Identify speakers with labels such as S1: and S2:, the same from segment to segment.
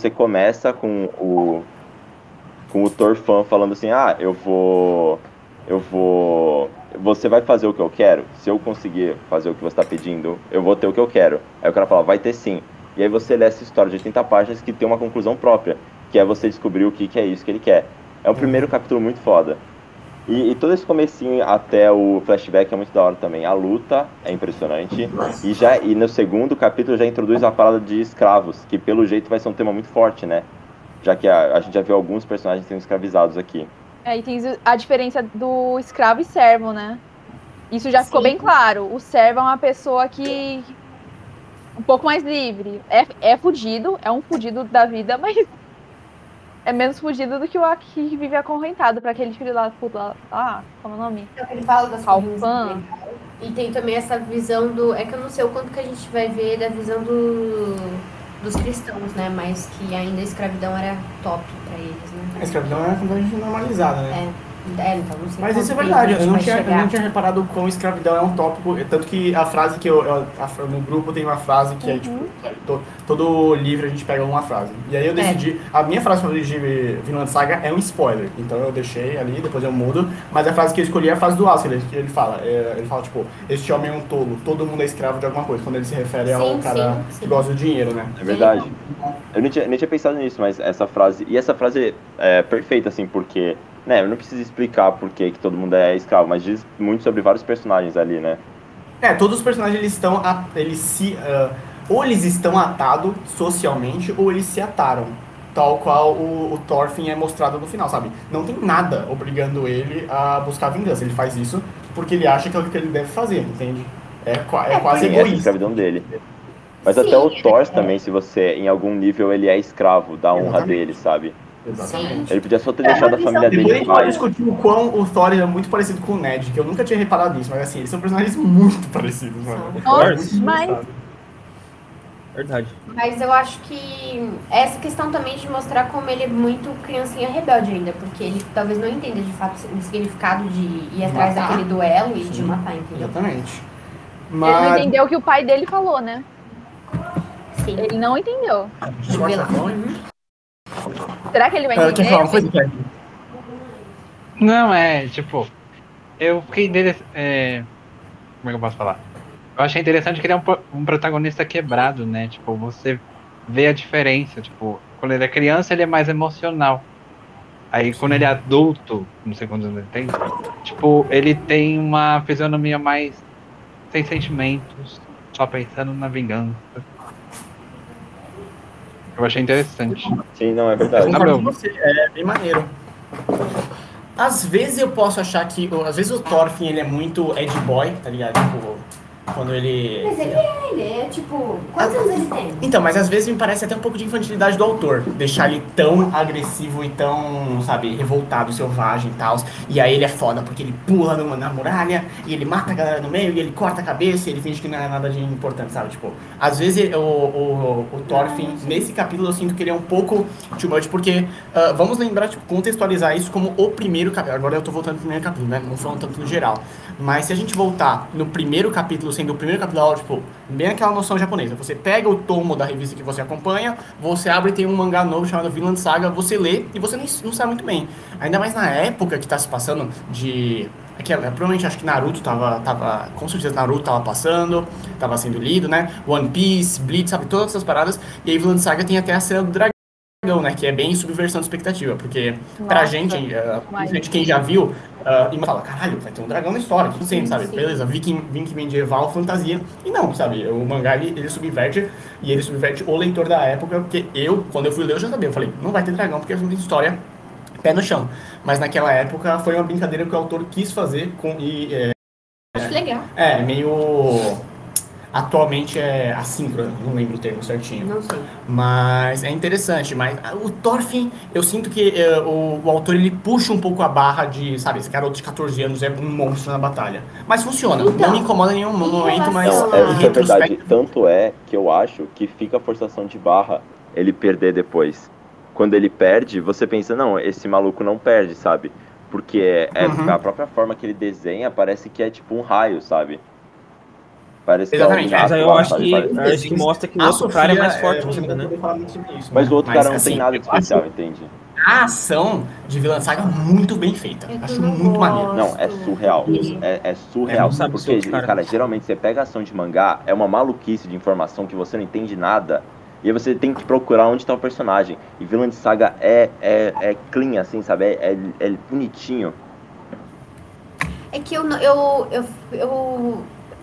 S1: você começa com o com o Torfan falando assim: "Ah, eu vou eu vou você vai fazer o que eu quero? Se eu conseguir fazer o que você está pedindo, eu vou ter o que eu quero". Aí o cara fala: "Vai ter sim". E aí você lê essa história de 80 páginas que tem uma conclusão própria, que é você descobrir o que, que é isso que ele quer. É um primeiro capítulo muito foda. E, e, todo esse comecinho até o flashback é muito da hora também. A luta é impressionante. E já e no segundo capítulo já introduz a parada de escravos, que pelo jeito vai ser um tema muito forte, né? Já que a, a gente já viu alguns personagens sendo escravizados aqui.
S2: É, e tem a diferença do escravo e servo, né? Isso já Sim. ficou bem claro. O servo é uma pessoa que. um pouco mais livre. É, é fudido, é um fudido da vida, mas é menos fudido do que o que vive acorrentado para aquele filho lá puta. Ah, como é o nome?
S3: Então, ele fala das coisas E tem também essa visão do. É que eu não sei o quanto que a gente vai ver da visão do, dos cristãos, né? Mas que ainda a escravidão era top para eles, né?
S4: A escravidão era completamente normalizada, né?
S3: É. É, então não sei
S4: Mas isso é verdade, eu não, tinha, eu não tinha reparado como escravidão é um tópico, tanto que a frase que eu, eu a, no grupo tem uma frase que uhum. é tipo, to, todo livro a gente pega uma frase. E aí eu decidi, é. a minha frase favorita de Vinland Saga é um spoiler, então eu deixei ali, depois eu mudo, mas a frase que eu escolhi é a frase do Askel, que ele fala, ele fala tipo, este homem é um tolo, todo mundo é escravo de alguma coisa, quando ele se refere sim, ao cara sim, sim. que gosta do dinheiro, né?
S1: É verdade. Eu nem tinha, nem tinha pensado nisso, mas essa frase, e essa frase é perfeita, assim, porque né, eu não preciso explicar por que todo mundo é escravo, mas diz muito sobre vários personagens ali, né?
S4: É, todos os personagens eles estão, eles se, uh, ou eles estão atados socialmente, ou eles se ataram, tal qual o, o Thorfinn é mostrado no final, sabe? Não tem nada obrigando ele a buscar vingança, ele faz isso porque ele acha que é o que ele deve fazer, entende? É, é, é quase
S1: sim,
S4: egoísta. É a
S1: escravidão dele. Mas sim, até o Thor é. também, se você, em algum nível, ele é escravo da honra Exatamente. dele, sabe?
S4: Exatamente. Sim.
S1: Ele podia só ter é, deixado a família dele.
S4: Depois a gente discutir o quão o Thor é muito parecido com o Ned, que eu nunca tinha reparado isso, mas assim, eles são personagens muito parecidos, né? mano.
S2: Nossa, mas...
S5: Verdade.
S3: Mas eu acho que essa questão também de mostrar como ele é muito criancinha rebelde ainda, porque ele talvez não entenda de fato o significado de ir atrás matar. daquele duelo e Sim. de matar, entendeu?
S4: Exatamente.
S2: Mas... Ele não entendeu o que o pai dele falou, né? Sim. Ele não entendeu. Será que ele vai entender? Cara, coisa, cara.
S6: Não, é, tipo, eu fiquei interessante. É, como é que eu posso falar? Eu achei interessante que ele é um, um, protagonista quebrado, né? Tipo, você vê a diferença. Tipo, quando ele é criança, ele é mais emocional. Aí quando ele é adulto, não sei quantos anos ele tem, tipo, ele tem uma fisionomia mais sem sentimentos, só pensando na vingança. Eu achei interessante.
S1: Sim, não, é verdade.
S4: Tá é bem maneiro. Às vezes eu posso achar que. Às vezes o Thorfinn ele é muito Ed Boy, tá ligado? Tipo, quando ele.
S3: Mas ele é, ele é
S4: né?
S3: tipo. Quantos anos ele tem?
S4: Então, mas às vezes me parece até um pouco de infantilidade do autor. Deixar ele tão agressivo e tão, sabe, revoltado, selvagem e tal. E aí ele é foda, porque ele pula numa, na muralha, e ele mata a galera no meio, e ele corta a cabeça, e ele finge que não é nada de importante, sabe? Tipo, às vezes o, o, o, o Thorfinn, nesse capítulo, eu sinto que ele é um pouco too much, porque uh, vamos lembrar, tipo, contextualizar isso como o primeiro capítulo. Agora eu tô voltando pro primeiro capítulo, né? Não falando tanto no geral. Mas se a gente voltar no primeiro capítulo, sendo o primeiro capítulo, tipo, bem aquela noção japonesa. Você pega o tomo da revista que você acompanha, você abre e tem um mangá novo chamado Vinland Saga, você lê e você nem, não sabe muito bem. Ainda mais na época que tá se passando de. Aquela, provavelmente acho que Naruto tava, tava. Com certeza Naruto tava passando, tava sendo lido, né? One Piece, Bleach, sabe? Todas essas paradas. E aí Vinland Saga tem até a cena do dragão. Né, que é bem subversão de expectativa, porque Nossa, pra gente, uh, principalmente quem já viu, uh, e fala, caralho, vai ter um dragão na história, tudo sempre, sabe? Sim. Beleza, viking, viking medieval, fantasia. E não, sabe? O mangá, ele, ele, subverte, e ele subverte o leitor da época, porque eu, quando eu fui ler, eu já sabia, eu falei, não vai ter dragão, porque não tem história, pé no chão. Mas naquela época, foi uma brincadeira que o autor quis fazer com... E, é,
S3: Acho legal.
S4: É, meio... Atualmente é assíncrono, não lembro o termo certinho.
S3: Não sei.
S4: Mas é interessante, mas o Thorfinn, eu sinto que uh, o, o, autor ele puxa um pouco a barra de, sabe, esse garoto de 14 anos é um monstro na batalha. Mas funciona, então, não me incomoda em nenhum momento, mas.
S1: Não, é, isso é verdade. Tanto é que eu acho que fica a forçação de barra ele perder depois. Quando ele perde, você pensa, não, esse maluco não perde, sabe? é Porque é, uhum. a própria forma que ele desenha parece que é tipo um raio, sabe? Parece
S4: Exatamente,
S1: que é um
S7: Ah,
S8: Mas aí eu
S1: lá,
S8: acho
S1: sabe?
S8: que,
S1: Parece-
S8: eu acho que mostra que o outro cara é mais forte
S4: você
S8: ainda,
S4: eh, não
S8: né?
S4: pode falar muito sobre isso,
S1: Mas
S4: né?
S1: o outro cara não
S4: assim,
S1: tem nada de
S4: eu acho
S1: especial, entende?
S4: A ação de Vilã Saga é muito bem feita.
S3: É que
S4: Acho
S3: eu não
S4: muito maneiro.
S1: Não, é surreal.
S3: Sim.
S1: É, é surreal.
S8: É, não sabe se
S1: porque,
S8: outro
S1: cara...
S8: cara-
S1: geralmente você pega ação de mangá, é uma maluquice de informação que você não entende nada. E aí você tem que procurar onde tá o personagem. E vilã de saga é, é, é clean, assim, sabe? É, é, é bonitinho.
S3: É que eu, não- eu, eu, eu,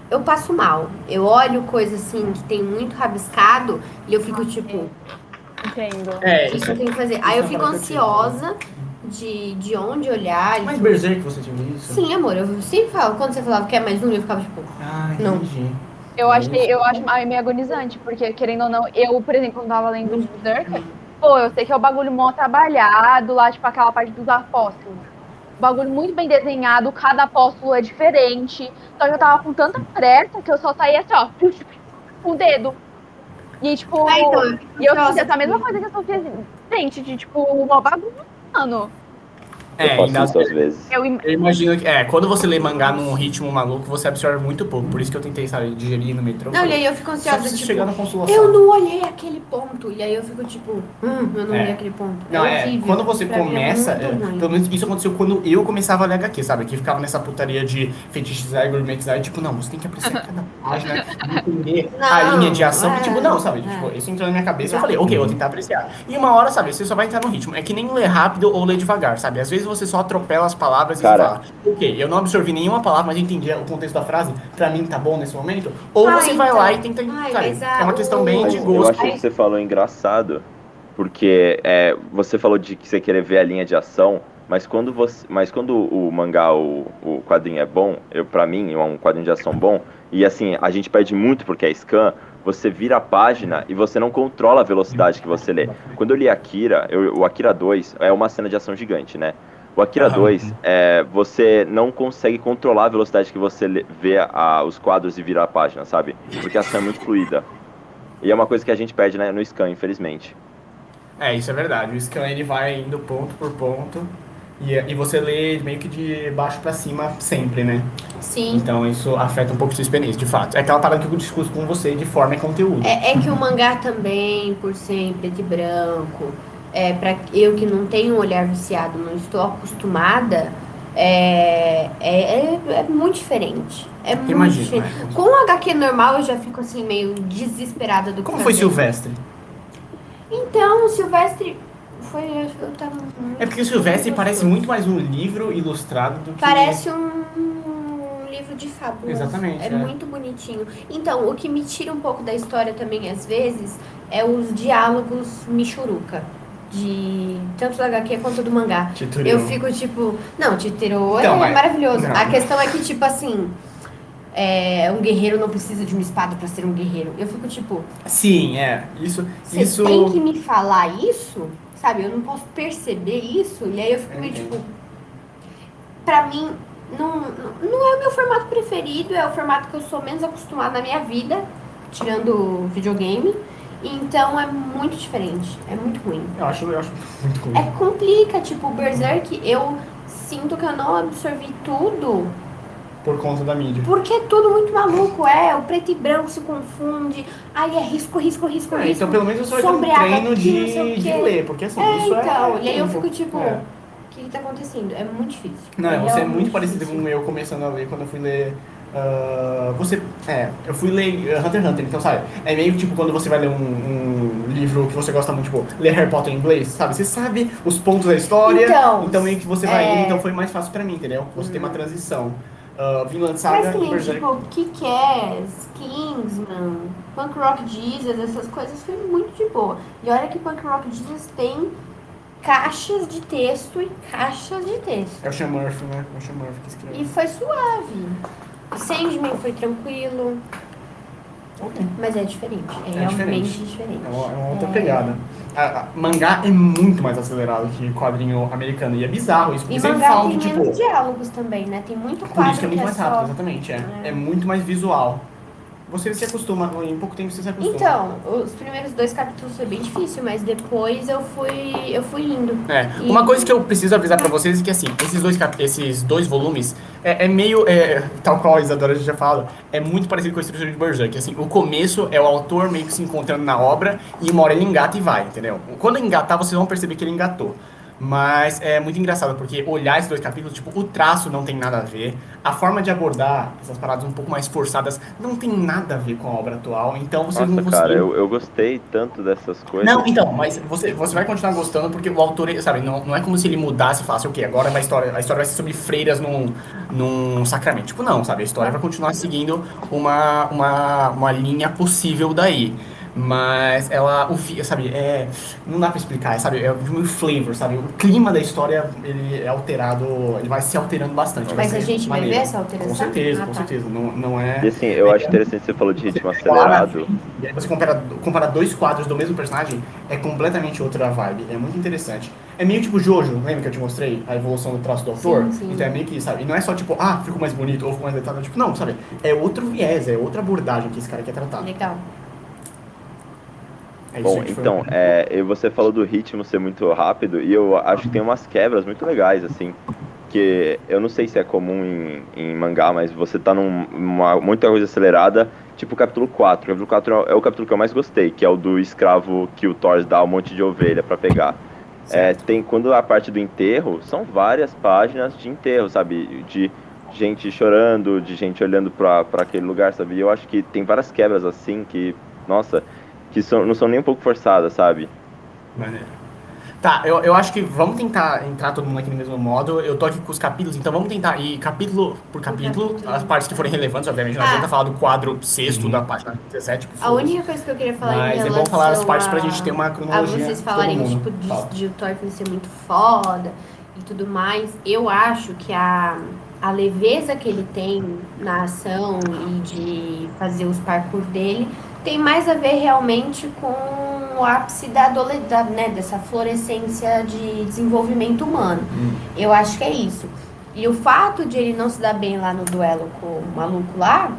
S3: eu passo mal. Eu olho coisa assim que tem muito rabiscado e eu fico tipo,
S2: Entendo.
S4: É,
S3: isso
S4: isso
S3: eu
S4: é.
S3: tenho que fazer.
S4: é
S3: Aí eu
S4: uma
S3: fico
S4: parada que eu
S3: ansiosa de, de onde olhar.
S4: Mas Berserk você tinha isso?
S3: Sim, amor, eu sempre falo. Quando você falava que é mais um, eu ficava tipo,
S4: Ah,
S3: Não.
S4: entendi.
S2: Eu achei, eu acho ai, meio agonizante, porque querendo ou não, eu, por exemplo, quando tava lendo o Berserker, pô, eu sei que é o bagulho mó trabalhado lá, tipo aquela parte dos apóstolos. Bagulho muito bem desenhado, cada apóstolo é diferente. Só que eu tava com tanta pressa que eu só saía assim, ó, com o dedo. E tipo,
S3: Ah, então,
S2: e eu
S3: ansiosa
S2: fiz essa mesma
S3: também.
S2: coisa que eu Sofia sente, de tipo, uma bagunça, mano.
S1: eu
S4: É,
S1: faço
S4: ainda
S1: isso às vezes.
S2: Eu, im-
S4: Eu imagino que, é, quando você lê mangá num ritmo maluco, você absorve muito pouco. Por isso que eu tentei, sabe, digerir no metrô.
S3: Não, e aí eu fico
S4: Só pra
S3: ansiosa,
S4: você
S3: tipo,
S4: chegar na consolação.
S3: eu não olhei aquele ponto. E aí eu fico tipo, hum, eu não
S4: É.
S3: olhei aquele ponto.
S4: Não, é,
S3: horrível.
S4: quando você
S3: Pra mim é
S4: começa,
S3: muito
S4: é,
S3: ruim.
S4: pelo menos isso aconteceu quando eu começava a ler HQ, sabe? Que ficava nessa putaria de fetichizar e gourmetizar, e tipo, não, você tem que apreciar cada página, entender a
S3: Não,
S4: linha de ação,
S3: é,
S4: que tipo, não, sabe?
S3: é.
S4: Tipo, isso entrou na minha cabeça, eu falei, ok, eu vou tentar apreciar. E uma hora, sabe, você só vai entrar no ritmo. É que nem ler rápido ou ler devagar, sabe? Às vezes você só atropela as palavras
S1: Cara.
S4: e você fala, ok, eu não absorvi nenhuma palavra, mas eu entendi o contexto da frase, pra mim tá bom nesse momento. Ou
S3: Ah,
S4: você vai
S3: então.
S4: lá e tenta,
S3: Ai,
S4: sabe?
S3: mas a-
S4: É uma questão bem
S1: Mas
S4: de
S1: eu
S4: gosto.
S1: achei que você falou engraçado, porque é, você falou de que você querer ver a linha de ação, mas quando você, mas quando o mangá, o, o quadrinho é bom, eu para mim é um quadrinho de ação bom e assim a gente perde muito porque é scan. Você vira a página e você não controla a velocidade que você lê. Quando eu li Akira, eu- o Akira 2 é uma cena de ação gigante, né? O Akira
S4: Aham.
S1: 2, é, você não consegue controlar a velocidade que você lê- vê a- os quadros e vira a página, sabe? Porque a ação é muito fluida. E é uma coisa que a gente perde né, no scan, infelizmente.
S4: É, isso é verdade. O scan ele vai indo ponto por ponto e, e você lê meio que de baixo pra cima sempre, né?
S3: Sim.
S4: Então isso afeta um pouco sua experiência, de fato. É aquela parada que eu discuto com você de forma e conteúdo.
S3: É, é que o mangá também, por ser em preto e branco, é, para eu que não tenho um olhar viciado, não estou acostumada, é, é, é, é muito diferente. É muito
S4: Imagina.
S3: diferente. Com o HQ normal eu já fico assim meio desesperada do que
S4: Como foi
S3: fazer.
S4: Silvestre?
S3: Então, o Silvestre foi. Eu tava. muito-
S4: É porque o Silvestre parece muito mais um livro ilustrado do que.
S3: Parece um livro de fábula.
S4: Exatamente,
S3: É,
S4: é.
S3: muito bonitinho. Então, o que me tira um pouco da história também, às vezes, é os diálogos michuruca. De tanto do HQ quanto do mangá.
S4: Tituril.
S3: Eu fico tipo. Não, Titero
S4: Então,
S3: é
S4: mas-
S3: maravilhoso.
S4: não.
S3: A questão é que, tipo assim. É, um guerreiro não precisa de uma espada pra ser um guerreiro. Eu fico tipo,
S4: Sim, é. Isso.
S3: você
S4: Isso.
S3: tem que me falar isso, sabe? Eu não posso perceber isso. E aí eu fico meio
S4: Entendo.
S3: tipo. Pra mim, não, não é o meu formato preferido, é o formato que eu sou menos acostumada na minha vida, tirando videogame. Então é muito diferente, é muito ruim.
S4: Eu acho, eu acho muito ruim.
S3: É que complica, tipo, o Berserk, eu sinto que eu não absorvi tudo É.
S4: Por conta da mídia.
S3: porque é tudo muito maluco, é. O preto e branco se confunde. Aí é risco, risco, risco,
S4: É,
S3: risco.
S4: então pelo menos você vai ter um
S3: Sombreada
S4: treino
S3: aqui, não sei o
S4: de, de
S3: quê.
S4: ler, porque assim,
S3: É,
S4: isso é.
S3: então.
S4: é
S3: e aí eu
S4: tempo.
S3: fico tipo,
S4: É.
S3: o que, que tá acontecendo? É muito difícil.
S4: Não, você é
S3: realmente
S4: muito parecido
S3: difícil.
S4: com eu começando a ler quando eu fui ler. ah, você. É, eu fui ler ah, Hunter x Hunter, então sabe? É meio que, tipo quando você vai ler um, um livro que você gosta muito, tipo, ler Harry Potter em inglês, sabe? Você sabe os pontos da história,
S3: Então,
S4: meio que você vai.
S3: é. Uhum.
S4: Então foi mais fácil pra mim, entendeu? Você tem uma transição. Ah, Vinland Saga
S3: Mas
S4: e
S3: sim,
S4: Berserk.
S3: tipo, Kick-Ass, Kingsman, Punk Rock Jesus, essas coisas foi muito de boa. E olha que Punk Rock Jesus tem caixas de texto e caixas de texto.
S4: É o Sean Murphy, né? É o Sean Murphy que escreveu.
S3: E foi suave. O Sandman foi tranquilo,
S4: Ok.
S3: mas é diferente. É,
S4: É
S3: realmente
S4: diferente.
S3: diferente.
S4: É uma, é uma outra
S3: É.
S4: pegada. A- a- mangá é muito mais acelerado que quadrinho americano. E é bizarro isso, porque
S3: E
S4: sempre
S3: mangá
S4: falam que,
S3: tem
S4: tipo.
S3: menos diálogos também, né? Tem muito
S4: Por isso
S3: quadro
S4: que é
S3: que
S4: muito
S3: é
S4: mais rápido,
S3: só...
S4: exatamente. É,
S3: É.
S4: é muito mais visual. Você se acostuma, em pouco tempo você se acostuma.
S3: Então, os primeiros dois capítulos foi bem difícil, mas depois eu fui, eu fui indo.
S4: É, uma coisa que eu preciso avisar pra vocês é que, assim, esses dois, cap- esses dois volumes é, é meio, é, tal qual a Isadora já fala, é muito parecido com a estrutura de Berserk. Assim, o começo é o autor meio que se encontrando na obra e uma hora ele engata e vai, entendeu? Quando engatar, vocês vão perceber que ele engatou. Mas é muito engraçado, porque olhar esses dois capítulos, tipo, o traço não tem nada a ver, a forma de abordar essas paradas um pouco mais forçadas não tem nada a ver com a obra atual, então vocês não
S7: Nossa,
S4: conseguiram
S7: cara, eu, eu gostei tanto dessas coisas.
S3: é.
S4: não, então, mas você, você vai continuar gostando porque o autor, ele, sabe, não, não é como se ele mudasse e falasse, ok, agora vai a história, a história vai ser sobre freiras num, num sacramento. Tipo, não, sabe,
S3: É.
S4: a história vai continuar seguindo uma, uma, uma linha possível daí. Mas ela, o fi- sabe, é, não dá pra explicar, sabe, é um flavor, sabe, o clima da história, ele é alterado, ele vai se alterando bastante. vai
S3: Mas a
S4: ser
S3: gente vai
S4: é maneiro.
S3: ver essa alteração?
S4: Com certeza,
S3: Ah,
S4: com
S3: tá.
S4: certeza, não, não é...
S7: E assim, eu acho interessante você falou de ritmo acelerado.
S4: E aí você compara, compara dois quadros do mesmo personagem, é completamente outra vibe. É muito interessante. É meio tipo Jojo, lembra que eu te mostrei a evolução do traço do autor?
S3: Sim, sim.
S4: Então é meio que, sabe? E não é só tipo, ah, ficou mais bonito ou ficou mais detalhado. Tipo, não, sabe? É outro viés, é outra abordagem que esse cara quer tratar.
S3: Legal.
S4: É isso
S7: Bom,
S4: aí que foi
S7: então, é, e você falou do ritmo ser muito rápido, e eu acho que tem umas quebras muito legais, assim, que eu não sei se é comum em, em mangá, mas você tá num- numa muita coisa acelerada, tipo o capítulo 4. O capítulo 4 é o capítulo que eu mais gostei, que é o do escravo que o Thor dá um monte de ovelha pra pegar. É, tem quando a parte do enterro, são várias páginas de enterro, sabe? De gente chorando, de gente olhando pra pra aquele lugar, sabe? E eu acho que tem várias quebras assim que, nossa, que são, não são nem um pouco forçadas, sabe?
S4: Maneiro. Tá, eu, eu acho que vamos tentar entrar todo mundo aqui no mesmo modo. Eu tô aqui com os capítulos, então vamos tentar ir capítulo por capítulo,
S3: capítulo.
S4: as partes que forem relevantes, obviamente. Não
S3: Ah.
S4: adianta falar do quadro sexto
S7: Uhum.
S4: da página 17. porque
S3: A única coisa que eu queria falar em
S4: Mas é
S3: relação
S4: bom falar as partes
S3: a...
S4: pra gente ter uma
S3: a
S4: cronologia.
S3: vocês
S4: todo
S3: falarem,
S4: mundo.
S3: tipo, de,
S4: Fala.
S3: de o Thorfinn ser muito foda e tudo mais, eu acho que a, a leveza que ele tem na ação e de fazer os parkour dele tem mais a ver realmente com o ápice da adolescência, né, dessa florescência de desenvolvimento humano.
S4: Hum.
S3: Eu acho que é isso. E o fato de ele não se dar bem lá no duelo com o maluco lá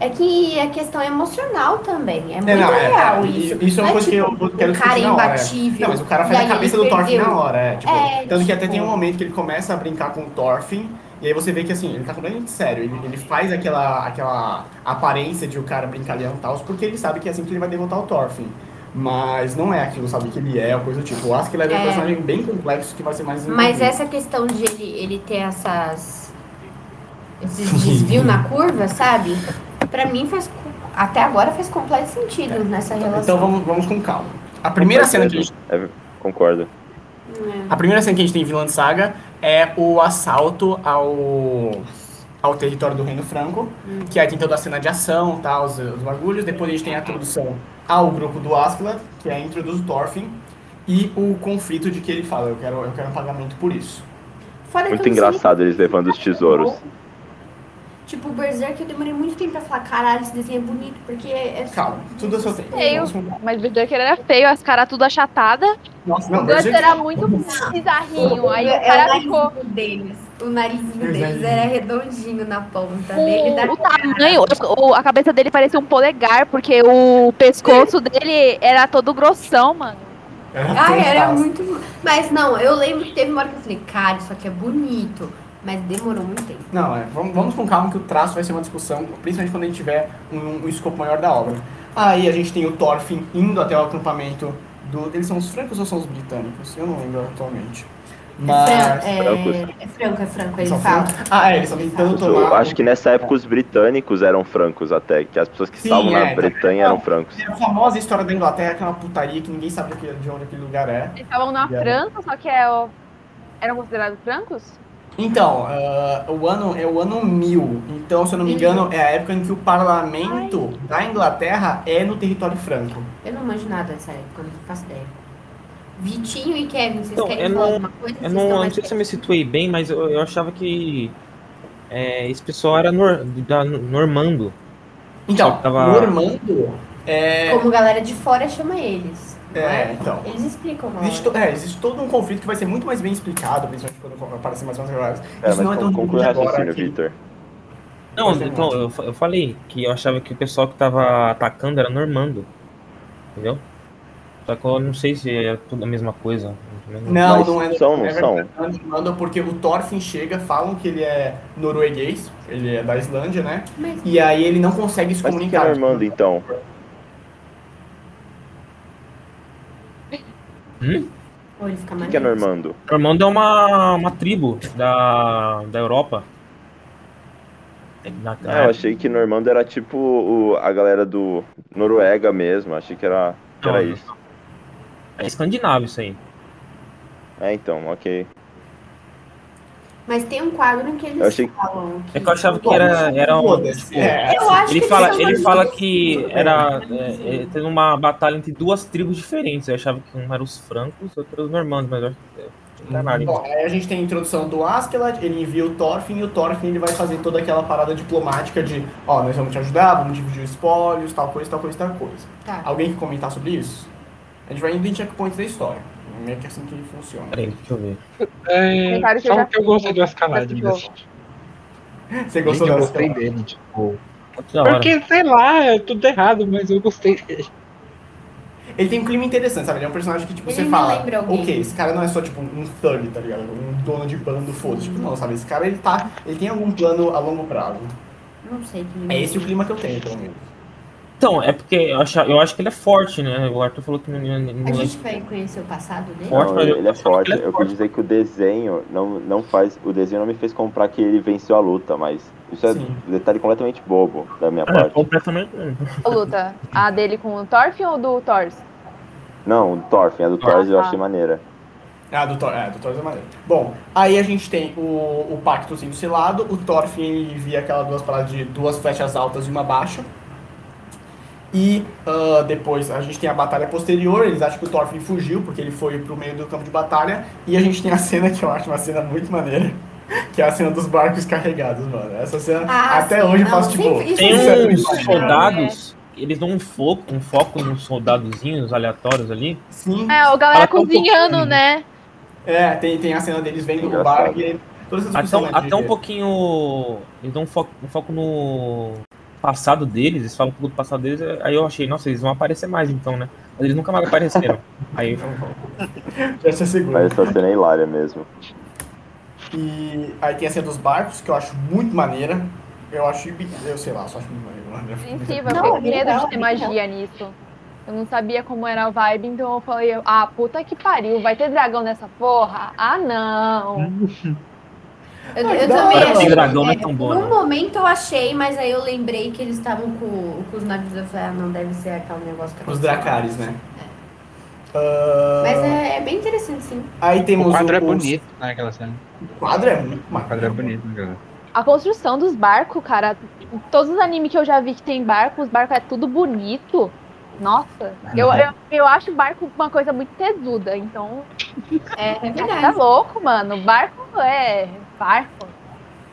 S3: é que é questão emocional também. É muito
S4: não, é,
S3: real
S4: é,
S3: isso.
S4: isso é uma
S3: Não
S4: coisa que eu
S3: tipo,
S4: quero
S3: O cara
S4: discutir na hora, é.
S3: imbatível.
S4: Não, mas o cara
S3: E
S4: faz
S3: aí
S4: a cabeça do
S3: ele
S4: Thorfinn
S3: perdeu.
S4: na hora, é. Tipo,
S3: É,
S4: tanto que até
S3: tipo-
S4: tem um momento que ele começa a brincar com o Thorfinn, e aí você vê que assim, ele tá completamente sério. Ele, ele faz aquela, aquela aparência de o cara brincalhão e tal, porque ele sabe que é assim que ele vai derrotar o Thorfinn. Mas não é aquilo, sabe, que ele é, ou coisa do tipo. Eu acho que ele é, um
S3: É.
S4: personagem bem complexo que vai ser mais.
S3: Mas é
S4: envolvido.
S3: essa questão de ele, ele ter essas. Esses desvio na curva, sabe? Pra mim faz. co- Até agora faz completo sentido nessa relação.
S4: Então vamos, vamos com calma. A primeira cena que a gente
S7: É, concordo.
S3: É.
S4: A primeira cena que a gente tem em Vilã de Saga é o assalto ao, ao território do Reino Franco,
S3: Hum.
S4: que aí tem toda a cena de ação, tá, os, os bagulhos. Depois a gente tem a introdução ao grupo do Askeladd, que é a introduz o Thorfinn, e o conflito de que ele fala, eu quero, eu quero um pagamento por isso.
S3: Fora que
S7: Muito
S3: eu não sei
S7: engraçado eles levando os tesouros.
S3: Tipo, o Berserk eu demorei muito tempo pra falar, caralho, esse desenho é bonito, porque é.
S4: Calma, tudo a seu tempo.
S2: Feio.
S4: Vamos-
S2: Mas Berserker era feio, as caras tudo achatada.
S4: Nossa, não,
S2: O Guts
S4: Berserk-
S2: era muito bizarrinho. Aí
S3: É
S2: o cara
S3: narizinho
S2: ficou.
S3: deles. O narizinho
S4: Verdade.
S3: deles era redondinho na ponta. Ele dá
S2: O, o tamanho, o- a cabeça dele parecia um polegar, porque o pescoço dele era todo grossão, mano.
S8: É
S3: Ah, era
S4: tenso.
S3: muito. Mas não, eu lembro que teve uma hora que eu falei, cara, isso aqui é bonito. Mas demorou muito tempo.
S4: Não, é, vamos, vamos com calma que o traço vai ser uma discussão, principalmente quando a gente tiver um, um escopo maior da obra. Aí a gente tem o Thorfinn indo até o acampamento do. Eles são os francos ou são os britânicos? Eu não lembro atualmente. Mas.
S3: É,
S7: Francos.
S3: é, é franco, é franco, ele
S4: São
S3: fala.
S4: francos? Ah, é, eles estão tentando
S7: Mas eu
S4: tomar.
S7: acho que nessa época os britânicos eram francos até, que as pessoas que
S4: Sim,
S7: estavam
S4: é.
S7: na Bretanha eram francos.
S4: É a famosa história da Inglaterra, que é uma putaria que ninguém sabe de de onde aquele lugar é.
S2: Eles estavam na
S4: E aí?
S2: França, só que é o- eram considerados francos?
S4: Então, ah, o ano é o ano 1000. Então, se eu não me engano, é a época em que o parlamento da Inglaterra é no território franco.
S3: Eu não manjo nada dessa época, não faço ideia. Vitinho e Kevin, vocês
S8: Então,
S3: querem
S8: eu
S3: falar
S8: não-
S3: alguma coisa?
S8: Eu
S3: Vocês
S8: não,
S3: estão
S8: não
S3: mais
S8: sei se eu me situei bem, mas eu, eu achava que é, esse pessoal era nor, da, normando.
S4: Então,
S8: Tava-
S4: Normando é.
S3: quietos? Como galera de fora chama eles. não
S4: É,
S3: é?
S4: então.
S3: Eles explicam lá.
S4: Existe, to- é, existe todo um conflito que vai ser muito mais bem explicado, principalmente quando aparecer mais umas graves.
S7: É,
S4: Isso não é
S7: mas
S4: tão
S7: conclui o
S4: simples agora.
S7: raciocínio,
S4: que-
S7: Victor.
S8: Não, então, eu, fa- eu falei que eu achava que o pessoal que tava atacando era normando. Entendeu? Só que eu não sei se é tudo a mesma coisa.
S4: Não,
S7: Mas
S4: não é.
S7: são, não
S4: é
S7: são?
S4: verdade, Mandam porque o Thorfinn chega, falam que ele é norueguês, ele é da Islândia, né?
S3: Mas
S4: E aí ele não consegue se
S7: Mas o que que é
S4: comunicar.
S7: Normando, então?
S3: Ou ele fica
S7: O que
S3: mais.
S7: que é Normando?
S8: Normando é uma, uma tribo da, da Europa. É,
S4: É.
S8: Na,
S7: Ah, eu achei que Normando era tipo o- a galera do Noruega mesmo, achei que era, que era
S8: Não.
S7: isso.
S8: É escandinavo isso aí.
S7: É, então, ok.
S3: Mas tem um quadro em que eles
S7: Eu achei-
S3: falam.
S8: É que eu achava que era, era um.
S4: Tipo, Foda-se. É.
S3: Eu acho
S8: Ele
S3: que
S8: fala,
S3: eles são
S8: ele
S3: amigos.
S8: fala que era. É, é, teve uma batalha entre duas tribos diferentes. Eu achava que um era os francos e outro era os normandos, mas eu acho que é enganado.
S4: Bom, aí a gente tem a introdução do Askeladd, ele envia o Thorfinn e o Thorfinn ele vai fazer toda aquela parada diplomática de ó, nós vamos te ajudar, vamos dividir os espólios, tal coisa, tal coisa, tal coisa.
S3: Tá.
S4: Alguém quer comentar sobre isso? A gente vai indo em checkpoints da história. Meio que assim que funciona.
S8: Peraí, deixa eu ver.
S6: É,
S2: Comentário que eu
S6: só
S2: já
S6: que eu
S2: fiz,
S6: gostei do
S2: dessa
S6: Escalade.
S2: jogo.
S4: Você
S6: Eu
S4: gostou dessa?
S6: gostei dele, tipo.
S8: Muito da hora.
S6: Porque, sei lá, é tudo errado, mas eu gostei dele.
S4: Ele tem um clima interessante, sabe? Ele é um personagem que, tipo,
S3: Ele
S4: você
S3: me
S4: fala.
S3: lembra alguém.
S4: Ok, esse cara não é só, tipo, um thug, tá ligado? Um dono de bando, foda-se. Tipo, não, sabe? Esse cara, ele tá. Ele tem algum plano a longo prazo.
S3: Não sei que
S4: É esse o clima que eu tenho, pelo menos.
S8: Então, é porque eu acho, eu acho que ele é forte, né? O Arthur falou que não, não, é não
S3: A gente vai conhecer o passado dele?
S8: Forte,
S7: Não,
S8: mas eu-
S7: ele é forte.
S8: ele é
S7: Eu
S8: forte.
S7: quis dizer que o desenho não, não faz. O desenho não me fez comprar que ele venceu a luta, mas isso é
S4: Sim.
S7: um detalhe completamente bobo da minha
S8: Ah,
S7: parte.
S8: completamente.
S2: A luta. A dele com o Thorfinn ou do Thors?
S7: Não, do Thorfinn, a do Thor eu
S2: tá.
S7: achei maneira.
S4: Ah, do Thor, é, do Thor é maneiro. Bom, aí a gente tem o, o pacto sendo selado, o Thorfinn ele via aquelas duas paradas de duas flechas altas e uma baixa. E ah, depois a gente tem a batalha posterior, eles acham que o Thorfinn fugiu, porque ele foi pro meio do campo de batalha. E a gente tem a cena que eu acho uma cena muito maneira, que é a cena dos barcos carregados, mano. Essa cena
S3: Ah,
S4: até
S3: sim,
S4: hoje
S3: não,
S4: eu faço
S3: sim,
S4: tipo.
S3: isso
S8: Tem
S4: isso é muito
S8: uns
S4: legal.
S8: soldados, eles dão um foco, um foco nos soldadozinhos aleatórios ali.
S4: Sim,
S2: É, o galera
S8: Ela tá um
S2: cozinhando,
S8: pouquinho.
S2: né?
S4: é, tem, tem a cena deles vendo o
S7: Engraçado.
S4: barco e todas essas
S8: Até, um-
S4: discussões
S8: até um
S4: de-
S8: pouquinho. Eles dão um foco, um foco no passado deles, eles falam um pouco do passado deles. Aí eu achei, nossa, eles vão aparecer mais então, né? Mas eles nunca mais apareceram. Aí
S4: Essa é a segunda.
S7: Mas
S8: Uhum.
S7: essa cena é hilária mesmo.
S4: E aí tem a cena dos barcos, que eu acho muito maneira. Eu acho. Eu sei lá, eu só acho muito né? maneira,
S2: Incrível,
S4: mano.
S2: eu
S3: Não,
S2: tenho
S3: é
S2: medo
S3: legal,
S2: de ter
S3: é
S2: magia nisso. Eu não sabia como era a vibe, então eu falei, ah, puta que pariu, vai ter dragão nessa porra? Ah, não.
S3: Eu,
S4: Ah,
S3: eu
S4: da
S3: também
S4: hora.
S3: achei.
S8: Esse dragão não é
S3: é,
S8: tão bom,
S3: num
S8: né?
S3: momento eu achei, mas aí eu lembrei que eles estavam com, com os navios. Eu falei, ah, não deve ser aquele negócio que
S4: Os
S3: aconteceu.
S4: Dracares, né?
S3: Mas
S4: Ah,
S3: é, é bem interessante, sim.
S4: Aí temos
S6: O quadro é
S4: os-
S6: bonito, né, aquela cena.
S4: O quadro é muito
S6: O quadro é
S4: maneiro.
S6: bonito, né, galera?
S2: A construção dos barcos, cara, todos os animes que eu já vi que tem barco, os barcos é tudo bonito. Nossa, eu,
S4: Uhum.
S2: eu, eu acho barco uma coisa muito tesuda, então
S3: É, é
S2: tá
S3: verdade.
S2: louco, mano. Barco é barco.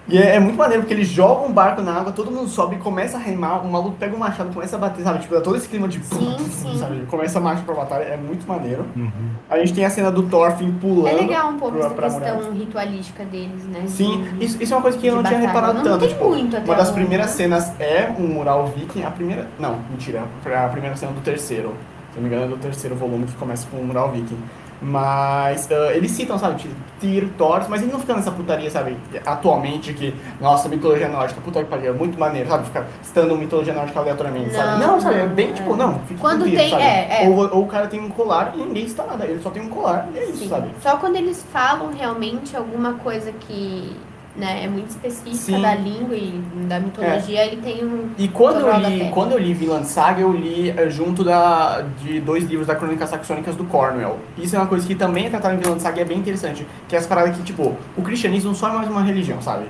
S4: E é, é muito maneiro, porque eles jogam um barco na água, todo mundo sobe, começa a remar, o maluco pega o machado, começa a bater, sabe? Tipo, dá todo esse clima de.
S3: Sim, sim.
S4: Sabe? Começa a marcha pra batalha, é muito maneiro.
S6: Uhum.
S4: A gente tem a cena do Thorfinn pulando.
S3: É legal um pouco
S4: pra-
S3: essa
S4: pra
S3: questão ritualística deles, né?
S4: Sim,
S3: De-
S4: isso, isso é uma coisa que eu
S3: de
S4: não tinha
S3: batalha.
S4: reparado
S3: Não
S4: tanto.
S3: tem
S4: tipo,
S3: muito até
S4: uma das
S3: agora,
S4: primeiras
S3: né?
S4: cenas é um mural viking, a primeira. Não, mentira, é a primeira cena do terceiro. Se não me engano, é do terceiro volume que começa com o mural viking. Mas ah, eles citam, sabe, tipo, Tyr, Thor, mas eles não ficam nessa putaria, sabe, atualmente que, nossa, mitologia nórdica, puta que pariu, é muito maneiro, sabe, ficar citando mitologia nórdica aleatoriamente, sabe?
S3: Não,
S4: Não, sabe, é bem
S3: não,
S4: tipo,
S3: é.
S4: não, fica
S3: Quando
S4: tranquilo,
S3: tem-
S4: sabe?
S3: é, é.
S4: Ou, ou o cara tem um colar e ninguém cita nada, ele só tem um colar, e é isso,
S3: Sim.
S4: sabe?
S3: Só quando eles falam realmente alguma coisa que né, é muito específica
S4: Sim. É.
S3: da língua e da mitologia, ele tem um.
S4: E quando eu,
S3: Total da
S4: li,
S3: Terra.
S4: quando eu li Vinland Saga, eu li eh, junto da, de dois livros da Crônica Saxônicas do Cornwell. Isso é uma coisa que também é tratada em Vinland Saga e é bem interessante. Que é as paradas que, tipo, o cristianismo só é mais uma religião, sabe?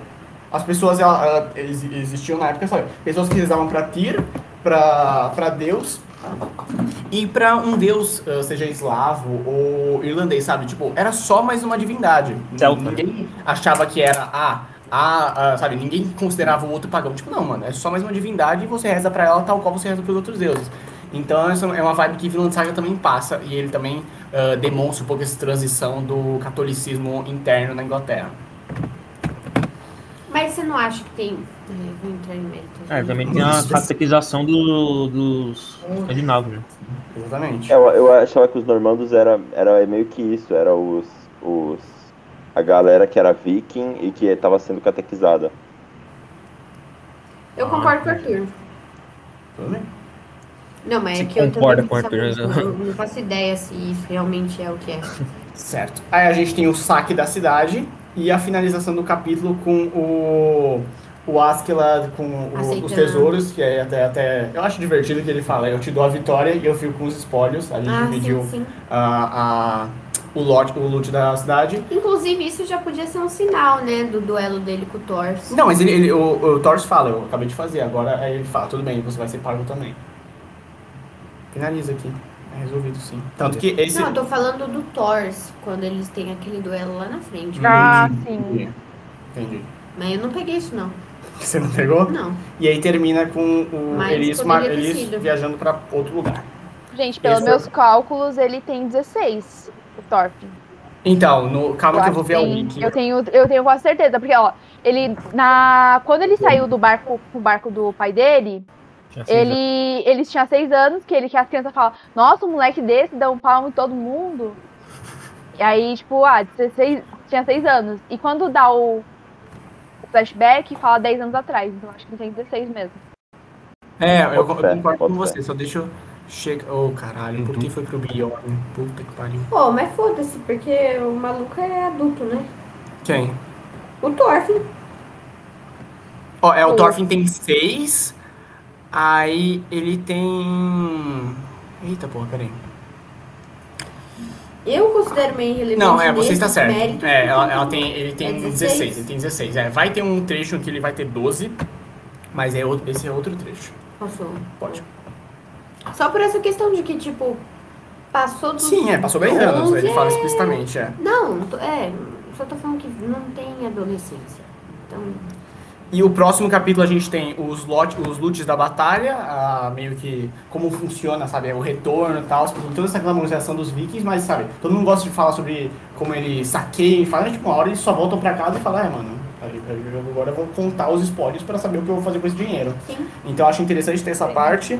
S4: As pessoas ela, ela, ex- existiam na época, sabe? Pessoas que rezavam pra Tyr, pra, pra Deus e pra um deus, eh, seja eslavo ou irlandês, sabe? Tipo, era só mais uma divindade.
S8: Celta.
S4: Ninguém achava que era a, a, a, sabe? Ninguém considerava o outro pagão. Tipo, não, mano, é só mais uma divindade e você reza pra ela tal qual você reza pros outros deuses. Então, essa é uma vibe que Vinland Saga também passa e ele também eh, demonstra um pouco essa transição do catolicismo interno na Inglaterra.
S3: Mas você não acha que tem. um Eu Vou entrar em mérito.
S8: É, também tem a catequização do, dos escandinavos, né?
S1: É
S4: Exatamente.
S7: Eu, eu achava que os normandos era, era meio que isso, era os, os a galera que era viking e que estava sendo catequizada.
S3: assim? Eu concordo com o Arthur.
S4: Tudo bem.
S3: Não, mas é
S8: Você
S3: que eu
S8: concorda
S3: também
S8: com o
S3: não
S8: Arthur,
S4: né?
S3: sabia, eu não faço ideia se isso realmente é o que é.
S4: Certo. Aí a gente tem o saque da cidade e a finalização do capítulo com o. O Askeladd com o- os
S3: Aceitando.
S4: tesouros, que é até, até. Eu acho divertido que ele fala: eu te dou a vitória e eu fico com os espólios. A gente
S3: Ah,
S4: dividiu
S3: sim, sim.
S4: a, a- o, lote, o loot da cidade.
S3: Inclusive, isso já podia ser um sinal, né? Do duelo dele com o Thor.
S4: Não, mas ele, ele- o, o Thor fala, eu acabei de fazer, agora aí ele fala, tudo bem, você vai ser pago também. Finaliza aqui. É resolvido sim. Tanto que esse.
S3: Não, eu tô falando do Thor, quando eles têm aquele duelo lá na frente.
S2: Ah,
S4: Hum,
S2: sim.
S3: um.
S4: Entendi.
S3: Mas eu não peguei isso, não.
S4: Você não pegou?
S3: Não.
S4: E aí termina com o
S3: Mas
S4: Elis,
S3: poderia
S4: ma-
S3: ter
S4: Elis
S3: sido.
S4: viajando pra outro lugar.
S2: Gente, pelos
S4: Esse-
S2: meus cálculos, ele tem 16, o Thorfinn.
S4: Então, no, calma que eu
S2: acho
S4: vou ver a
S2: tem-
S4: wiki.
S2: Eu tenho, eu tenho quase certeza, porque ó, ele na quando ele saiu do barco, pro barco do pai dele,
S8: Tinha seis anos.
S2: ele ele tinha seis anos, que ele que as crianças falam, nossa, um moleque desse dá um palmo em todo mundo. E aí tipo, ah, 16, tinha seis anos. E quando dá o o flashback, fala 10 anos atrás, então acho que ele tem 16 mesmo.
S4: É, eu, eu
S7: Boto fé,
S4: concordo com
S7: boto
S4: você, só deixa eu. Chega. Ô, caralho, por que foi pro Bjorn? Puta que pariu.
S3: Pô, mas foda-se, porque o maluco é adulto, né?
S4: Quem?
S3: O Thor,
S4: Ó, é, o
S2: O-
S4: Thorfinn tem seis, aí ele tem. Eita porra, peraí.
S3: eu considero meio irrelevante.
S4: Não, é, você
S3: nesse
S4: está certo.
S3: mérito,
S4: É, ela,
S3: porque
S4: ela tem, ele tem
S3: É
S4: 16.
S3: 16.
S4: ele tem 16. É, vai ter um trecho que ele vai ter 12, mas é outro, esse é outro trecho.
S3: Posso-
S4: Pode.
S3: Só por essa questão de que, tipo, passou dos.
S4: Sim, é, passou 10 anos, ele
S3: 11
S4: fala explicitamente, é.
S3: Não, tô- é, só tô falando que não tem adolescência. Então,
S4: E o próximo capítulo a gente tem os, lot, os lutes da batalha, a- meio que como funciona, sabe, É o retorno e tal, tipo, toda essa glamorização dos vikings, mas sabe, todo mundo gosta de falar sobre como ele saqueia e fala, mas, tipo, uma hora eles só voltam pra casa e falam, é, mano, eu- eu- agora eu vou contar os spoilers pra saber o que eu vou fazer com esse dinheiro.
S3: Sim.
S4: Então eu acho interessante ter essa parte.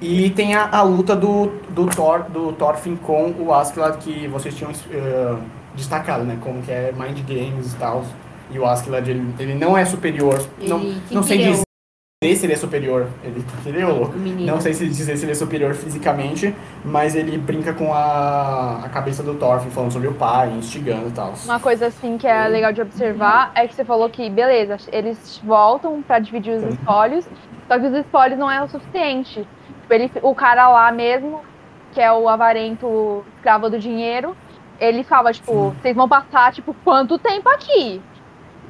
S4: E tem a, a luta do, do, Thor, do Thorfinn com o Askeladd que vocês tinham eh, destacado, né, como que é Mind Games e tal. E o Askeladd, ele, ele não é superior.
S3: Ele
S4: não,
S3: que
S4: não sei
S3: criou.
S4: dizer se ele é superior. Ele criou, louco.
S3: o menino.
S4: Não sei se dizer se ele é superior fisicamente, mas ele brinca com a, a cabeça do Thorfinn, falando sobre o pai, instigando e tal.
S2: Uma coisa assim que é legal de observar é que você falou que, beleza, eles voltam pra dividir os espólios, só que os espólios não é o suficiente. Tipo, ele- o cara lá mesmo, que é o avarento escravo do dinheiro, ele fala, tipo, vocês vão passar, tipo, quanto tempo aqui?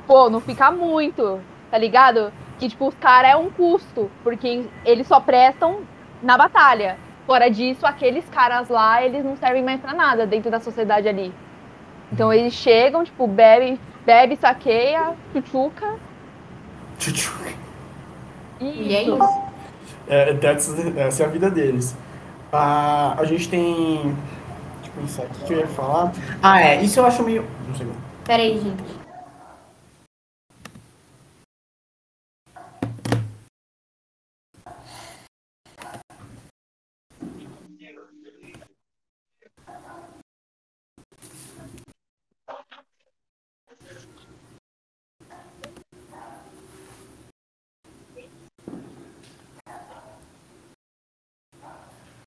S2: Pô, não fica muito, tá ligado? Que, tipo, os caras é um custo, porque eles só prestam na batalha. Fora disso, aqueles caras lá, eles não servem mais pra nada dentro da sociedade ali. Então eles chegam, tipo, bebe, bebe, saqueia, chuchuca
S4: Tchutchu.
S2: e,
S3: E é isso.
S4: É, that's- essa é a vida deles. Ah, a gente tem. Deixa eu pensar aqui o que eu ia falar. Ah, é. Isso eu acho meio. Não sei.
S3: Pera aí, gente.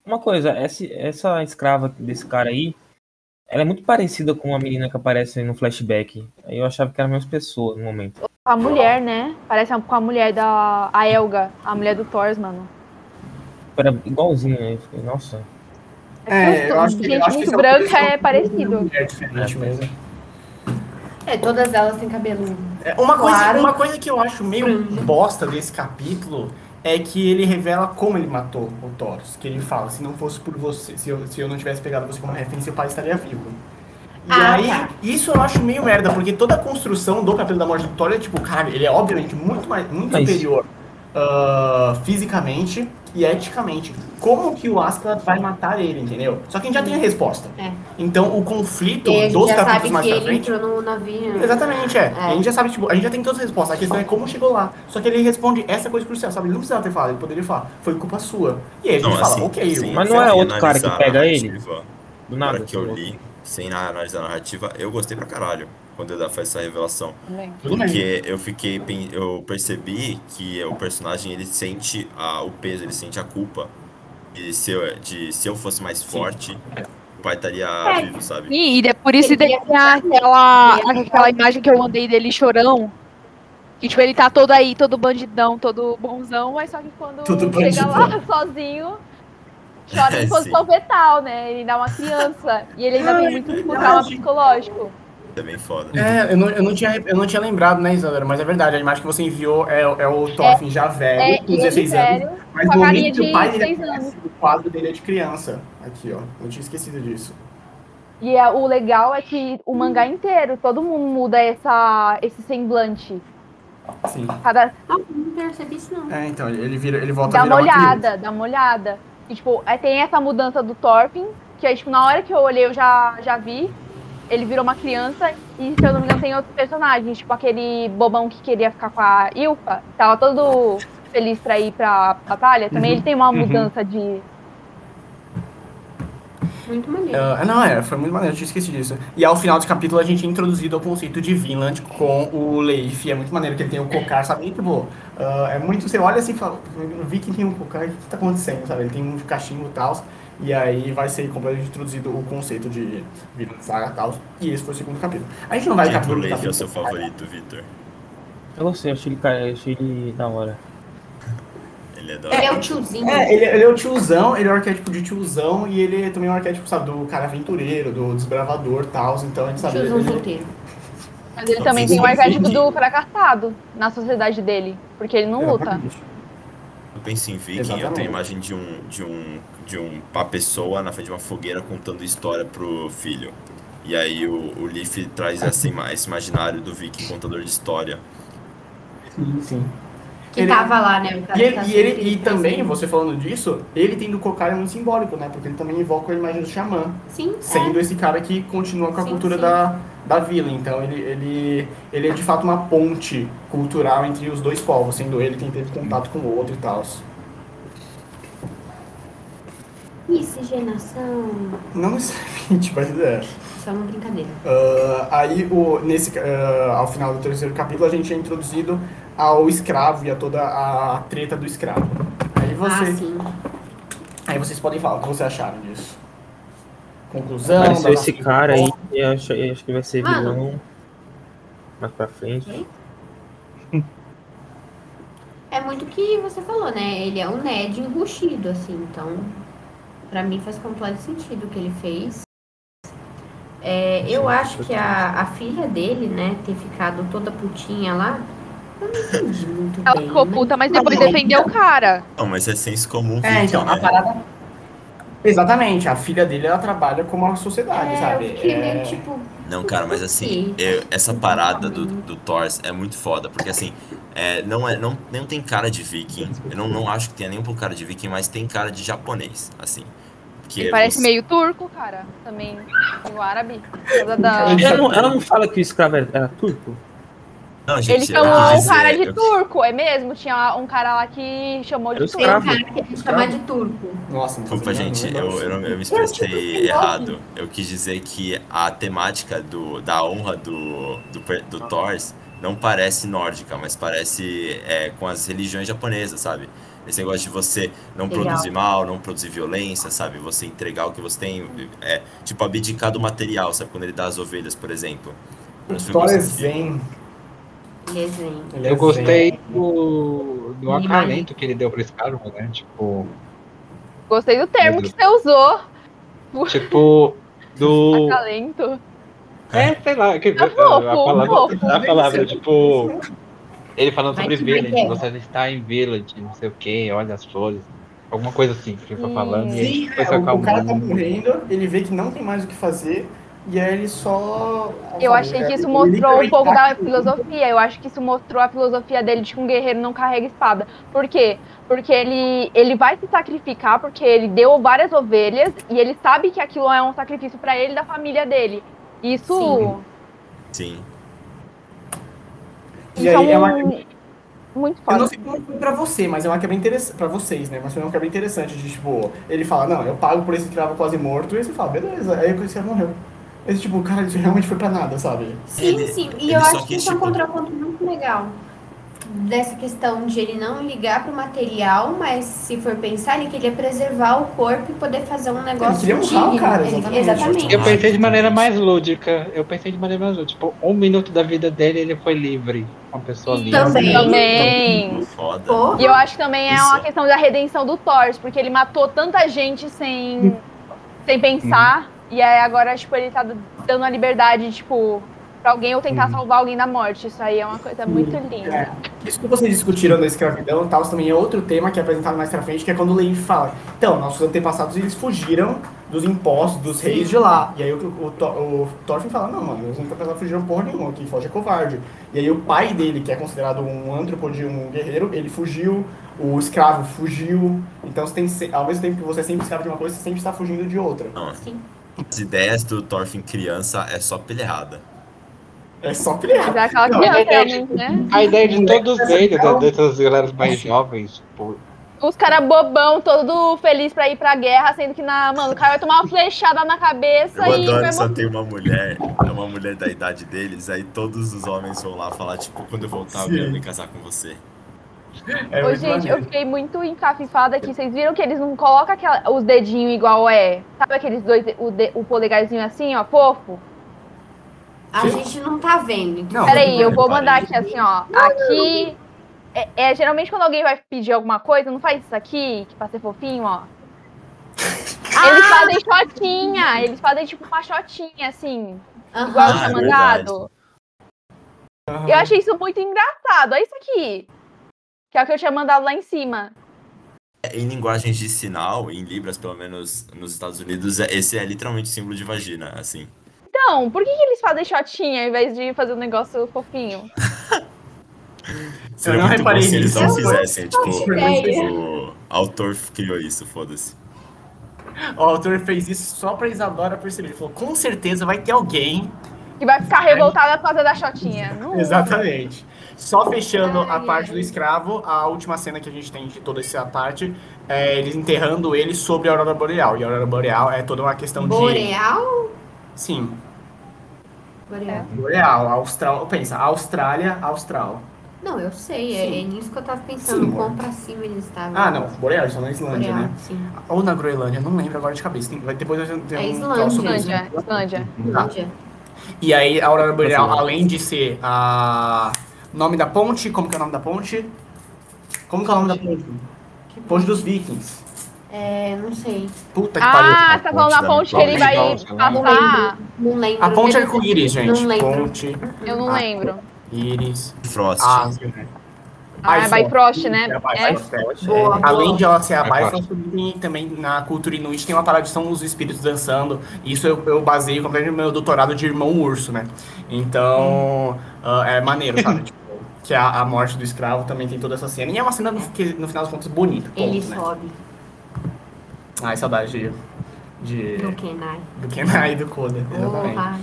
S8: Uma coisa, essa, essa escrava desse cara aí, ela é muito parecida com a menina que aparece aí no flashback. Aí eu achava que era a mesma pessoa no momento.
S2: Com a mulher, né? Parece com a mulher da a Elga, a mulher do Thor, mano.
S8: Era igualzinho, né? Eu fiquei, nossa.
S4: É, eu acho que-
S2: Tipo, gente
S4: eu acho que
S2: muito
S4: esse é o
S2: branca é,
S4: contexto.
S2: parecido.
S4: É
S8: né?
S4: diferente mesmo.
S3: É, todas elas têm cabelo.
S4: É, Uma coisa,
S3: Claro. Uhum.
S4: uma coisa que eu acho meio bosta desse capítulo é que ele revela como ele matou o Taurus. Que ele fala, se não fosse por você, se eu, se eu não tivesse pegado você como refém, seu pai estaria vivo. E
S3: Ah,
S4: aí,
S3: tá.
S4: isso eu acho meio merda, porque toda a construção do capítulo da morte do Thor é tipo, cara, ele é obviamente muito, mais, muito
S8: Mas-
S4: superior ah, fisicamente e eticamente como que o Ascalad vai matar ele, entendeu? Só que a gente já tem a resposta.
S3: É.
S4: Então o conflito
S3: E a gente
S4: dos
S3: já
S4: capítulos
S3: sabe
S4: mais
S3: que
S4: pra
S3: ele
S4: frente.
S3: entrou no navio.
S4: Exatamente, é.
S3: É.
S4: A gente já sabe, tipo, a gente já tem todas as respostas. A questão é como chegou lá. Só que ele responde essa coisa crucial, sabe? Ele não precisava ter falado, ele poderia falar, foi culpa sua. E aí a gente
S1: Não,
S4: fala,
S1: assim,
S4: ok,
S1: sem-
S4: o-
S8: Mas não é
S1: sem
S8: outro cara que
S1: analisar a
S8: pega ele?
S1: narrativa,
S8: Do
S1: na hora
S8: nada. assim,
S1: que eu li, sem na- analisar a narrativa, eu gostei pra caralho quando ele faz essa revelação.
S2: Bem,
S4: Tudo bem.
S1: Porque eu fiquei, pen- eu percebi que é o personagem ele sente a- o peso, ele sente a culpa de se eu, de se eu fosse mais forte, o pai estaria
S4: É.
S1: vivo, sabe?
S2: Sim, e de- por isso
S3: Ele
S2: tem
S3: ia
S2: aquela,
S3: ele ia
S2: aquela imagem que eu mandei dele chorão. Que, tipo, ele tá todo aí, todo bandidão, todo bonzão, mas só que quando
S4: Todo
S2: chega lá
S4: bandidão.
S2: sozinho, chora
S1: É,
S2: em posição fetal, né? Ele dá uma criança. E ele ainda
S4: Ah,
S2: tem
S4: é
S2: muito tipo,
S4: verdade.
S2: trauma psicológico.
S1: Isso é bem foda.
S4: É, eu não, eu, não tinha, eu não tinha lembrado, né, Isadora? Mas é verdade, a imagem que você enviou é, é o Thorfinn já velho,
S2: É,
S4: com
S2: e ele
S4: 16 anos.
S2: velho.
S4: Mas
S2: com a
S4: no
S2: carinha
S4: momento que o
S2: de
S4: pai dele
S2: 16
S4: aparece, o quadro dele é de criança. Aqui, ó. Eu tinha esquecido disso.
S2: E é- o legal é que o mangá inteiro, todo mundo muda essa, esse semblante.
S4: Sim.
S2: Cada,
S3: Não percebi isso, não.
S4: É, então, ele, vira, ele volta
S2: Dá
S4: a virar
S2: uma
S4: uma criança.
S2: olhada, dá uma olhada. E, tipo, aí tem essa mudança do Thorfinn, que aí, tipo, na hora que eu olhei, eu já, já vi. Ele virou uma criança e, se eu não me engano, tem outros personagens. Tipo, aquele bobão que queria ficar com a Ilka, que tava todo feliz pra ir pra batalha. Também
S4: Uhum,
S2: ele tem uma
S6: uhum.
S2: mudança de...
S3: Muito maneiro.
S4: Ah, não, é, foi muito maneiro, eu tinha esquecido disso. E ao final do capítulo a gente é introduzido ao conceito de Vinland com o Leif. É muito maneiro que ele tem um cocar, sabe? E, tipo, ah, é muito. Você olha assim e fala, eu vi que tem um cocar, o que que tá acontecendo, sabe? Ele tem um cachimbo e tal. E aí vai ser completamente introduzido o conceito de Vinland Saga e tal. E esse foi o segundo capítulo. A gente não vai
S1: Quem que o
S4: capítulo por
S1: Leif é o seu
S4: capítulo.
S1: favorito, Victor?
S8: Eu não sei, eu achei ele, cara, eu achei ele da hora.
S1: Ele é da
S3: Ele é o tiozinho.
S4: É, ele, ele é o tiozão, ele é o arquétipo de tiozão e ele é também um arquétipo, sabe, do cara aventureiro, do desbravador e tal. Então a gente sabe.
S3: tiozão
S4: ele-
S3: solteiro.
S2: Mas ele
S1: Não,
S2: também
S1: vocês
S2: tem o
S1: não
S2: arquétipo
S1: entenderam.
S2: do fracassado na sociedade dele. Porque ele
S4: É,
S2: não luta.
S1: Eu penso em viking, eu
S4: Exatamente.
S1: tenho a imagem de um de um de um uma pessoa na frente de uma fogueira contando história pro filho. E aí o, o Leaf traz essa ima- esse imaginário do viking contador de história.
S4: Sim, sim.
S3: Que
S4: Ele-
S3: tava lá, né? O cara
S4: E,
S3: que
S4: ele,
S3: tá
S4: e, ele-
S3: sempre
S4: e também,
S3: presente.
S4: você falando disso, ele tendo o cocar é muito simbólico, né? Porque ele também invoca a imagem do xamã,
S3: Sim, é
S4: sendo esse cara que continua com a
S3: Sim,
S4: cultura
S3: sim.
S4: Da, da vila. Então ele, ele, ele é de fato uma ponte cultural entre os dois povos, sendo ele quem teve contato com o outro e tal.
S3: é. Miscigenação.
S4: Não necessariamente, mas é.
S3: Só uma brincadeira.
S4: Ah, aí, o, nesse, ah, ao final do terceiro capítulo, a gente é introduzido ao escravo e a toda a treta do escravo. Aí você.
S3: Ah, sim.
S4: Aí vocês podem falar o que vocês acharam disso. Conclusão. da
S8: Apareceu
S4: nossa-
S8: esse cara aí, e acho, eu acho que vai ser
S3: Mano.
S8: vilão mais pra frente.
S3: É muito o que você falou, né? Ele é um Ned enrustido, assim, então pra mim faz completo sentido o que ele fez. É, eu acho que a, a filha dele, né, ter ficado toda putinha lá, eu não entendi muito
S2: Ela
S3: bem.
S2: ficou
S3: né?
S2: puta, mas
S4: Mas
S2: depois
S4: não.
S2: defendeu o cara.
S1: Não, mas é senso comum
S4: É,
S1: viking,
S4: então, a
S1: né?
S4: parada. Exatamente, a filha dele ela trabalha como a sociedade,
S3: É,
S4: sabe?
S3: eu fiquei
S4: É,
S3: meio tipo,
S1: Não, cara, mas assim, eu- essa parada do, do Thor é muito foda, porque assim, é, não, é, não, não tem cara de viking, eu não, não acho que tenha nem um pouco cara de viking, mas tem cara de japonês, assim. Porque
S2: Ele parece
S1: você-
S2: meio turco, cara. Também. Meio árabe. por causa da-
S4: Ele
S8: Ela não, ela não fala que o escravo era, era turco?
S1: Não,
S2: Ele
S1: gente, eu
S2: chamou
S1: quis
S2: um
S1: dizer-
S2: cara de
S1: eu-
S2: turco, é mesmo? Tinha um cara lá que chamou de
S8: Era o
S2: turco.
S3: tem um
S8: Escravo.
S3: cara que quer me chamar de turco.
S4: Nossa, não
S1: Desculpa,
S4: sei, não,
S1: gente,
S4: não,
S1: eu, eu, não- eu me expressei errado. Eu quis dizer que a temática do, da honra do, do, per- do Thor não parece nórdica, mas parece é, com as religiões japonesas, sabe? Esse negócio de você não
S3: Legal.
S1: produzir mal, não produzir violência, sabe? Você entregar o que você tem, é, tipo abdicar do material, sabe? Quando ele dá as ovelhas, por exemplo. Nos
S4: Thor
S1: filmes
S4: é
S1: assim,
S4: zen.
S3: Desenho.
S4: ele é
S6: Eu
S4: zen.
S6: gostei do, do
S3: Animais.
S6: acalento que ele deu pro escravo, né? Tipo,
S2: Gostei do termo
S6: Meu
S2: que
S6: Deus.
S2: você usou,
S6: tipo do.
S2: acalento.
S6: É, sei lá, que, a,
S2: fofo,
S6: palavra,
S2: fofo.
S6: a palavra, tipo, ele falando
S3: Vai
S6: sobre
S3: que vai que
S6: village,
S3: é.
S6: você está em village, não sei o que, olha as flores, alguma coisa assim que ele foi
S2: Sim.
S6: falando, e aí
S4: Sim,
S6: foi
S4: é,
S6: se
S4: o, o cara tá
S6: acalmando.
S4: morrendo, ele vê que não tem mais o que fazer. E aí ele só. é,
S2: Eu achei que isso
S4: Ele
S2: mostrou um
S4: literalmente
S2: pouco
S4: tá
S2: da filosofia. Eu acho que isso mostrou a filosofia dele de que um guerreiro não carrega espada. Por quê? Porque ele, ele vai se sacrificar porque ele deu várias ovelhas e ele sabe que aquilo é um sacrifício pra ele e da família dele. Isso,
S3: Sim.
S1: Sim.
S4: E
S2: isso é,
S4: aí é
S2: um-
S4: uma-
S2: muito
S4: Eu
S2: foda.
S4: não sei como foi pra você, mas é uma quebra interessante. Pra vocês, né? Mas foi uma quebra interessante de tipo, ele fala, não, eu pago por esse escravo quase morto, e você fala, beleza, aí o escravo morreu. Esse tipo, cara, isso realmente foi pra nada, sabe?
S3: Sim,
S1: Ele-
S3: sim. E
S1: ele
S3: eu
S1: só
S3: acho que
S1: quis,
S3: isso é um
S1: tipo-
S3: contraponto muito legal. Dessa questão de ele não ligar pro material, mas se for pensar, ele queria preservar o corpo e poder fazer um negócio
S4: queria honrar o
S3: digno.
S4: cara,
S3: Ele-
S4: exatamente.
S1: Eu
S6: Eu pensei de maneira mais lúdica. Eu pensei de maneira mais lúdica. Tipo, um minuto da vida dele ele foi livre. Uma pessoa livre.
S3: Também.
S2: Também.
S1: Foda.
S2: E
S3: Porra,
S2: eu acho que também é
S1: Isso.
S2: uma questão da redenção do Thor, porque ele matou tanta gente sem, sem pensar, e aí agora, tipo, ele tá dando a liberdade, tipo, pra alguém ou tentar
S6: Uhum.
S2: salvar alguém da morte. Isso aí é uma coisa muito
S4: É.
S2: linda.
S4: Isso que vocês discutiram da escravidão e tal, também é outro tema que é apresentado mais pra frente, que é quando o Leif fala, então, nossos antepassados, eles fugiram dos impostos dos reis de lá. E aí o, o, Thor- o Thorfinn fala, não, mano, os antepassados fugiram porra nenhuma, quem foge é covarde. E aí o pai dele, que é considerado um antropode, um guerreiro, ele fugiu, o escravo fugiu. Então, você tem, que ser- ao mesmo tempo que você é sempre escravo de uma coisa, você sempre está fugindo de outra.
S3: sim.
S1: As ideias do Thorfinn criança é só pilha errada.
S4: É só criar.
S2: Mas é aquela
S4: Não,
S2: criança,
S6: é verdade.
S2: realmente, né?
S6: A ideia de todos eles, né,
S4: Não.
S6: dessas galeras mais jovens, tipo,
S2: Os caras bobão, todo feliz pra ir pra guerra, sendo que, na, mano, o cara vai tomar uma flechada na cabeça
S1: Eu
S2: e vai
S1: adoro,
S2: morrer.
S1: só tem uma mulher, é uma mulher da idade deles, aí todos os homens vão lá falar, tipo, quando eu voltar, eu
S4: Sim.
S1: quero me casar com você.
S4: É
S2: Ô,
S4: muito
S2: gente,
S4: maneiro.
S2: eu fiquei muito encafifada aqui. Vocês viram que eles não colocam aquela- os dedinhos igual é. Sabe aqueles dois, o, de- o polegarzinho assim, ó, fofo?
S3: A gente não tá vendo. então.
S4: Não,
S2: Peraí, eu vou
S1: Parei.
S2: mandar aqui assim, ó. Aqui. É, é, geralmente quando alguém vai pedir alguma coisa, não faz isso aqui, que pra ser fofinho, ó. Eles
S1: Ah!
S2: fazem shotinha, eles fazem tipo uma shotinha, assim, igual
S3: Aham.
S1: Ah,
S2: o
S1: é
S2: mandado. Eu achei isso muito engraçado. Olha isso aqui. Que é o que eu tinha mandado lá em cima.
S1: É, Em linguagens de sinal, em libras, pelo menos nos Estados Unidos, é- esse é literalmente símbolo de vagina, assim.
S2: Então, por que, que eles fazem shotinha ao invés de fazer um negócio fofinho?
S1: Seria
S4: não
S1: é muito bom
S4: reparei
S1: se eles
S4: nisso.
S1: não
S4: Eu
S1: fizessem, tipo,
S3: Sério.
S1: o autor criou isso, foda-se.
S4: O autor fez isso só pra Isadora perceber. Ele falou, com certeza vai ter alguém
S2: Que vai ficar revoltada por causa da shotinha. Não-
S4: Exatamente. Só fechando a
S3: Ai,
S4: parte
S3: ai.
S4: do escravo, a última cena que a gente tem de toda essa parte é eles enterrando ele sobre a Aurora Boreal. E a Aurora Boreal é toda uma questão de.
S3: Boreal?
S4: Sim,
S3: Boreal.
S2: É.
S4: Boreal, Austral. Pensa, Austrália, Austral.
S3: Não, eu sei. É, é nisso que eu tava pensando.
S4: Sim.
S3: Quão pra cima eles estavam.
S4: Ah, não, Boreal, só na Islândia,
S3: Boreal,
S4: né?
S3: sim.
S4: Ou na Groenlândia, não lembro agora de cabeça. Tem, vai- depois eu tenho
S3: É
S4: um
S3: Islândia.
S4: tal sobre isso.
S2: Islândia, Islândia.
S4: Ah,
S3: Índia.
S4: E aí, a Aurora Boreal,
S6: Nossa,
S4: além de ser a. Nome da ponte, como que é o nome da ponte? Como que é o nome da ponte?
S3: Que
S4: Ponte dos Vikings.
S3: É, não sei.
S4: Puta que pariu.
S2: Ah, tá falando da ponte que ele vai
S4: tá
S6: Portugal,
S2: Ah,
S6: sei lá.
S2: passar.
S3: Não lembro.
S4: A ponte é
S3: deles.
S4: arco-íris, gente.
S3: Não lembro.
S4: Ponte,
S2: Eu não
S4: Ah.
S2: lembro.
S4: íris,
S1: Frost.
S4: asa, né?
S2: Ah, é Bifrost, né?
S4: É a
S2: É.
S4: Bifrost, é.
S3: Boa, boa.
S4: Além de ela ser a
S6: Bifrost.
S4: Bifrost, tem também na cultura inuit tem uma parada de são os espíritos dançando. Isso eu, eu baseio completamente no meu doutorado de irmão urso, né? Então, ah, é maneiro, sabe? Tipo, que a, a morte do escravo também tem toda essa cena. E é uma cena no- que, no final das contas, bonita. ponto,
S3: Ele
S4: né?
S3: sobe
S4: Ai, saudade de... de
S3: no Kenai.
S4: do Kenai e do Koda, exatamente.
S3: Porra.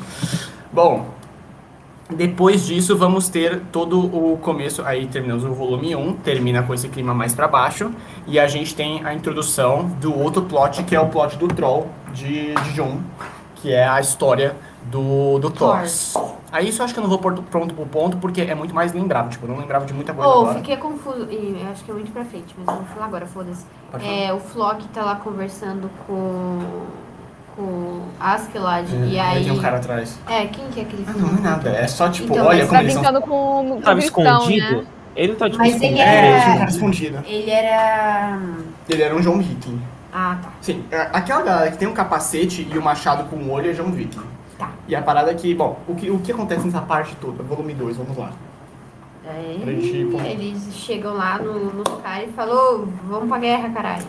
S4: Bom, depois disso vamos ter todo o começo, aí terminamos o volume 1, termina com esse clima mais pra baixo, e a gente tem a introdução do outro plot, que é o plot do Troll de, de Jun, que é a história do, do Thor. Aí isso eu acho que eu não vou pôr pronto pro ponto, porque é muito mais lembrável, tipo, eu não lembrava de muita coisa
S3: Ô,
S4: agora.
S3: fiquei confuso. Ih, eu acho que é muito pra frente, mas eu vou falar agora, foda-se.
S4: Pode falar.
S3: É, o Flock tá lá conversando com. com o Askeladd. e
S4: Aí
S3: aí.
S4: tem um cara atrás.
S3: É, quem que é aquele
S4: Ah, não, não é nada, é só tipo,
S3: Então,
S4: olha
S3: mas
S4: como
S2: Tá
S4: eles são...
S2: brincando com o
S8: Tava
S2: cristão,
S8: escondido?
S2: né?
S8: Ele não tá tipo
S3: Então, Mas ele
S8: escondido.
S4: É,
S3: era-
S4: tinha um cara escondido.
S3: Ele era.
S4: Ele era um John Viking.
S3: Ah, tá.
S4: Sim, é, aquela galera que tem um capacete e um machado com um olho é já um viking.
S3: Tá.
S4: E a parada é que, bom, o que, o que acontece nessa parte toda? Volume 2, vamos lá.
S3: Aí,
S4: Pra gente ir pro-
S3: eles chegam lá no, no cara e falam, "Ô, vamos pra guerra, caralho.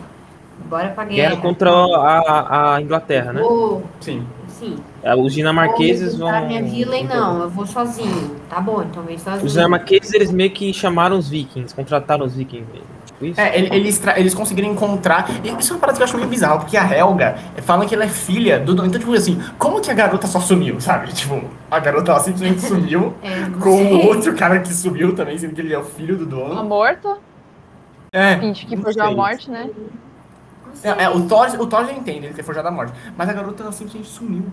S3: Bora pra guerra.
S8: Guerra contra
S3: é-
S8: a, a Inglaterra, né?
S3: Vou-
S4: Sim.
S3: Sim.
S8: É, Os dinamarqueses
S3: Vou visitar
S8: vão.
S3: minha vila e não, eu vou sozinho. Tá bom, então vem sozinho.
S8: Os dinamarqueses eles meio que chamaram os vikings, contrataram os vikings. Tipo isso?
S4: É, ele- eles, tra- eles conseguiram encontrar. e Isso é uma parada que eu acho meio bizarro, porque a Helga eh, falam que ela é filha do dono. Então, tipo assim, como que a garota só sumiu, sabe? Tipo, a garota ela simplesmente sumiu
S3: É, não
S4: com o
S3: sei.
S4: outro cara que sumiu também, sendo que ele é o filho do
S2: Uma
S4: dono.
S2: morta,
S4: É.
S2: finge que
S4: não
S2: forjou a
S4: sei.
S2: morte, né?
S3: Não sei.
S4: É, é, o, Thor, o Thor já entende, ele ter forjado a morte. Mas a garota ela simplesmente sumiu.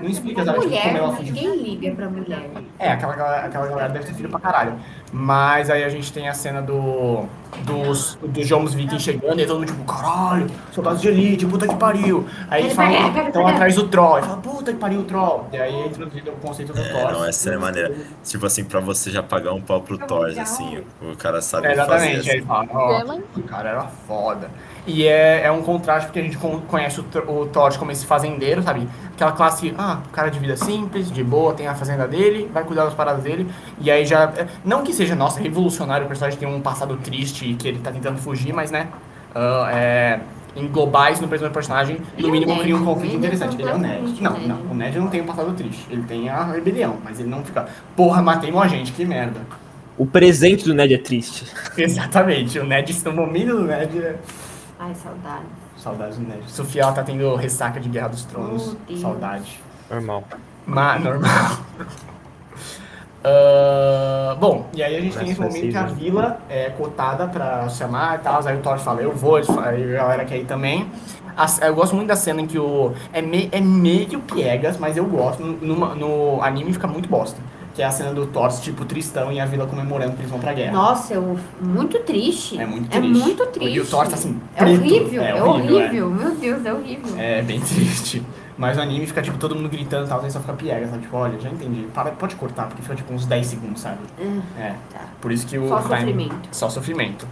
S4: Não explica
S3: Uma
S4: exatamente como
S3: Hum. mulher,
S4: ela
S3: né?
S4: fingiu.
S3: ninguém liga pra mulher.
S4: É, aquela, galera- aquela galera deve ter filho pra caralho. Mas aí a gente tem a cena do, dos, dos Jomos Vikings chegando e todo mundo tipo, caralho, soldados de elite, puta que pariu. Aí eles falam, estão atrás do Troll. Aí fala, puta que pariu o Troll. E aí é introduzido o conceito do
S1: É,
S4: Thor.
S1: não, essa é maneira. Tipo assim, pra você já pagar um pau pro Thor, assim, o cara sabe
S4: É,
S1: fazer.
S4: exatamente, aí
S1: Assim.
S4: ele fala, ó,
S2: Gaiman.
S4: o cara era foda. E é, é um contraste porque a gente con- conhece o, Tro- o Thor como esse fazendeiro, sabe? Aquela classe, ah, cara de vida simples, de boa, tem a fazenda dele, vai cuidar das paradas dele. E aí já. é, Não que seja, nossa, revolucionário, o personagem tem um passado triste e que ele tá tentando fugir, mas né? ah, é, englobar isso no primeiro personagem,
S3: Ele é
S4: no mínimo
S3: o
S4: cria um
S3: Ned, ele
S4: conflito
S3: é
S4: interessante. Ele é o Ned.
S3: completamente
S4: Não,
S3: o Ned.
S4: não, o Ned não tem um passado triste. Ele tem a rebelião, mas ele não fica, porra, matei uma gente, que merda.
S8: O presente do Ned é triste.
S4: Exatamente, o Ned, no momento do Ned, é-
S3: Ai, saudade.
S4: saudades do Ned. Sofia, ela tá tendo ressaca de Guerra dos Tronos,
S3: Meu Deus.
S4: saudade.
S8: Normal.
S4: Mas, normal. Ah, bom, e aí a gente tem esse momento que a vila é cotada pra chamar e tal, aí o Thor fala, eu vou, eles falam, aí a galera quer ir também. As- eu gosto muito da cena em que o... É, me, é meio piegas, mas eu gosto, no, no anime fica muito bosta. Que é a cena do Thor, tipo, Tristão e a vila comemorando que eles vão pra guerra.
S3: Nossa, eu muito triste.
S4: É muito
S3: É
S4: triste.
S3: muito triste.
S4: E o Thor tá assim,
S3: É
S4: preto.
S3: horrível, é horrível.
S4: é.
S3: Meu Deus, é horrível.
S4: É, bem triste. Mas o anime fica, tipo, todo mundo gritando e tal, aí só fica piega, sabe? Tipo, olha, já entendi. Para, pode cortar, porque fica, tipo, uns 10 segundos, sabe? É.
S3: tá.
S4: Por isso que o
S3: Só
S4: time-
S3: sofrimento.
S4: Só sofrimento.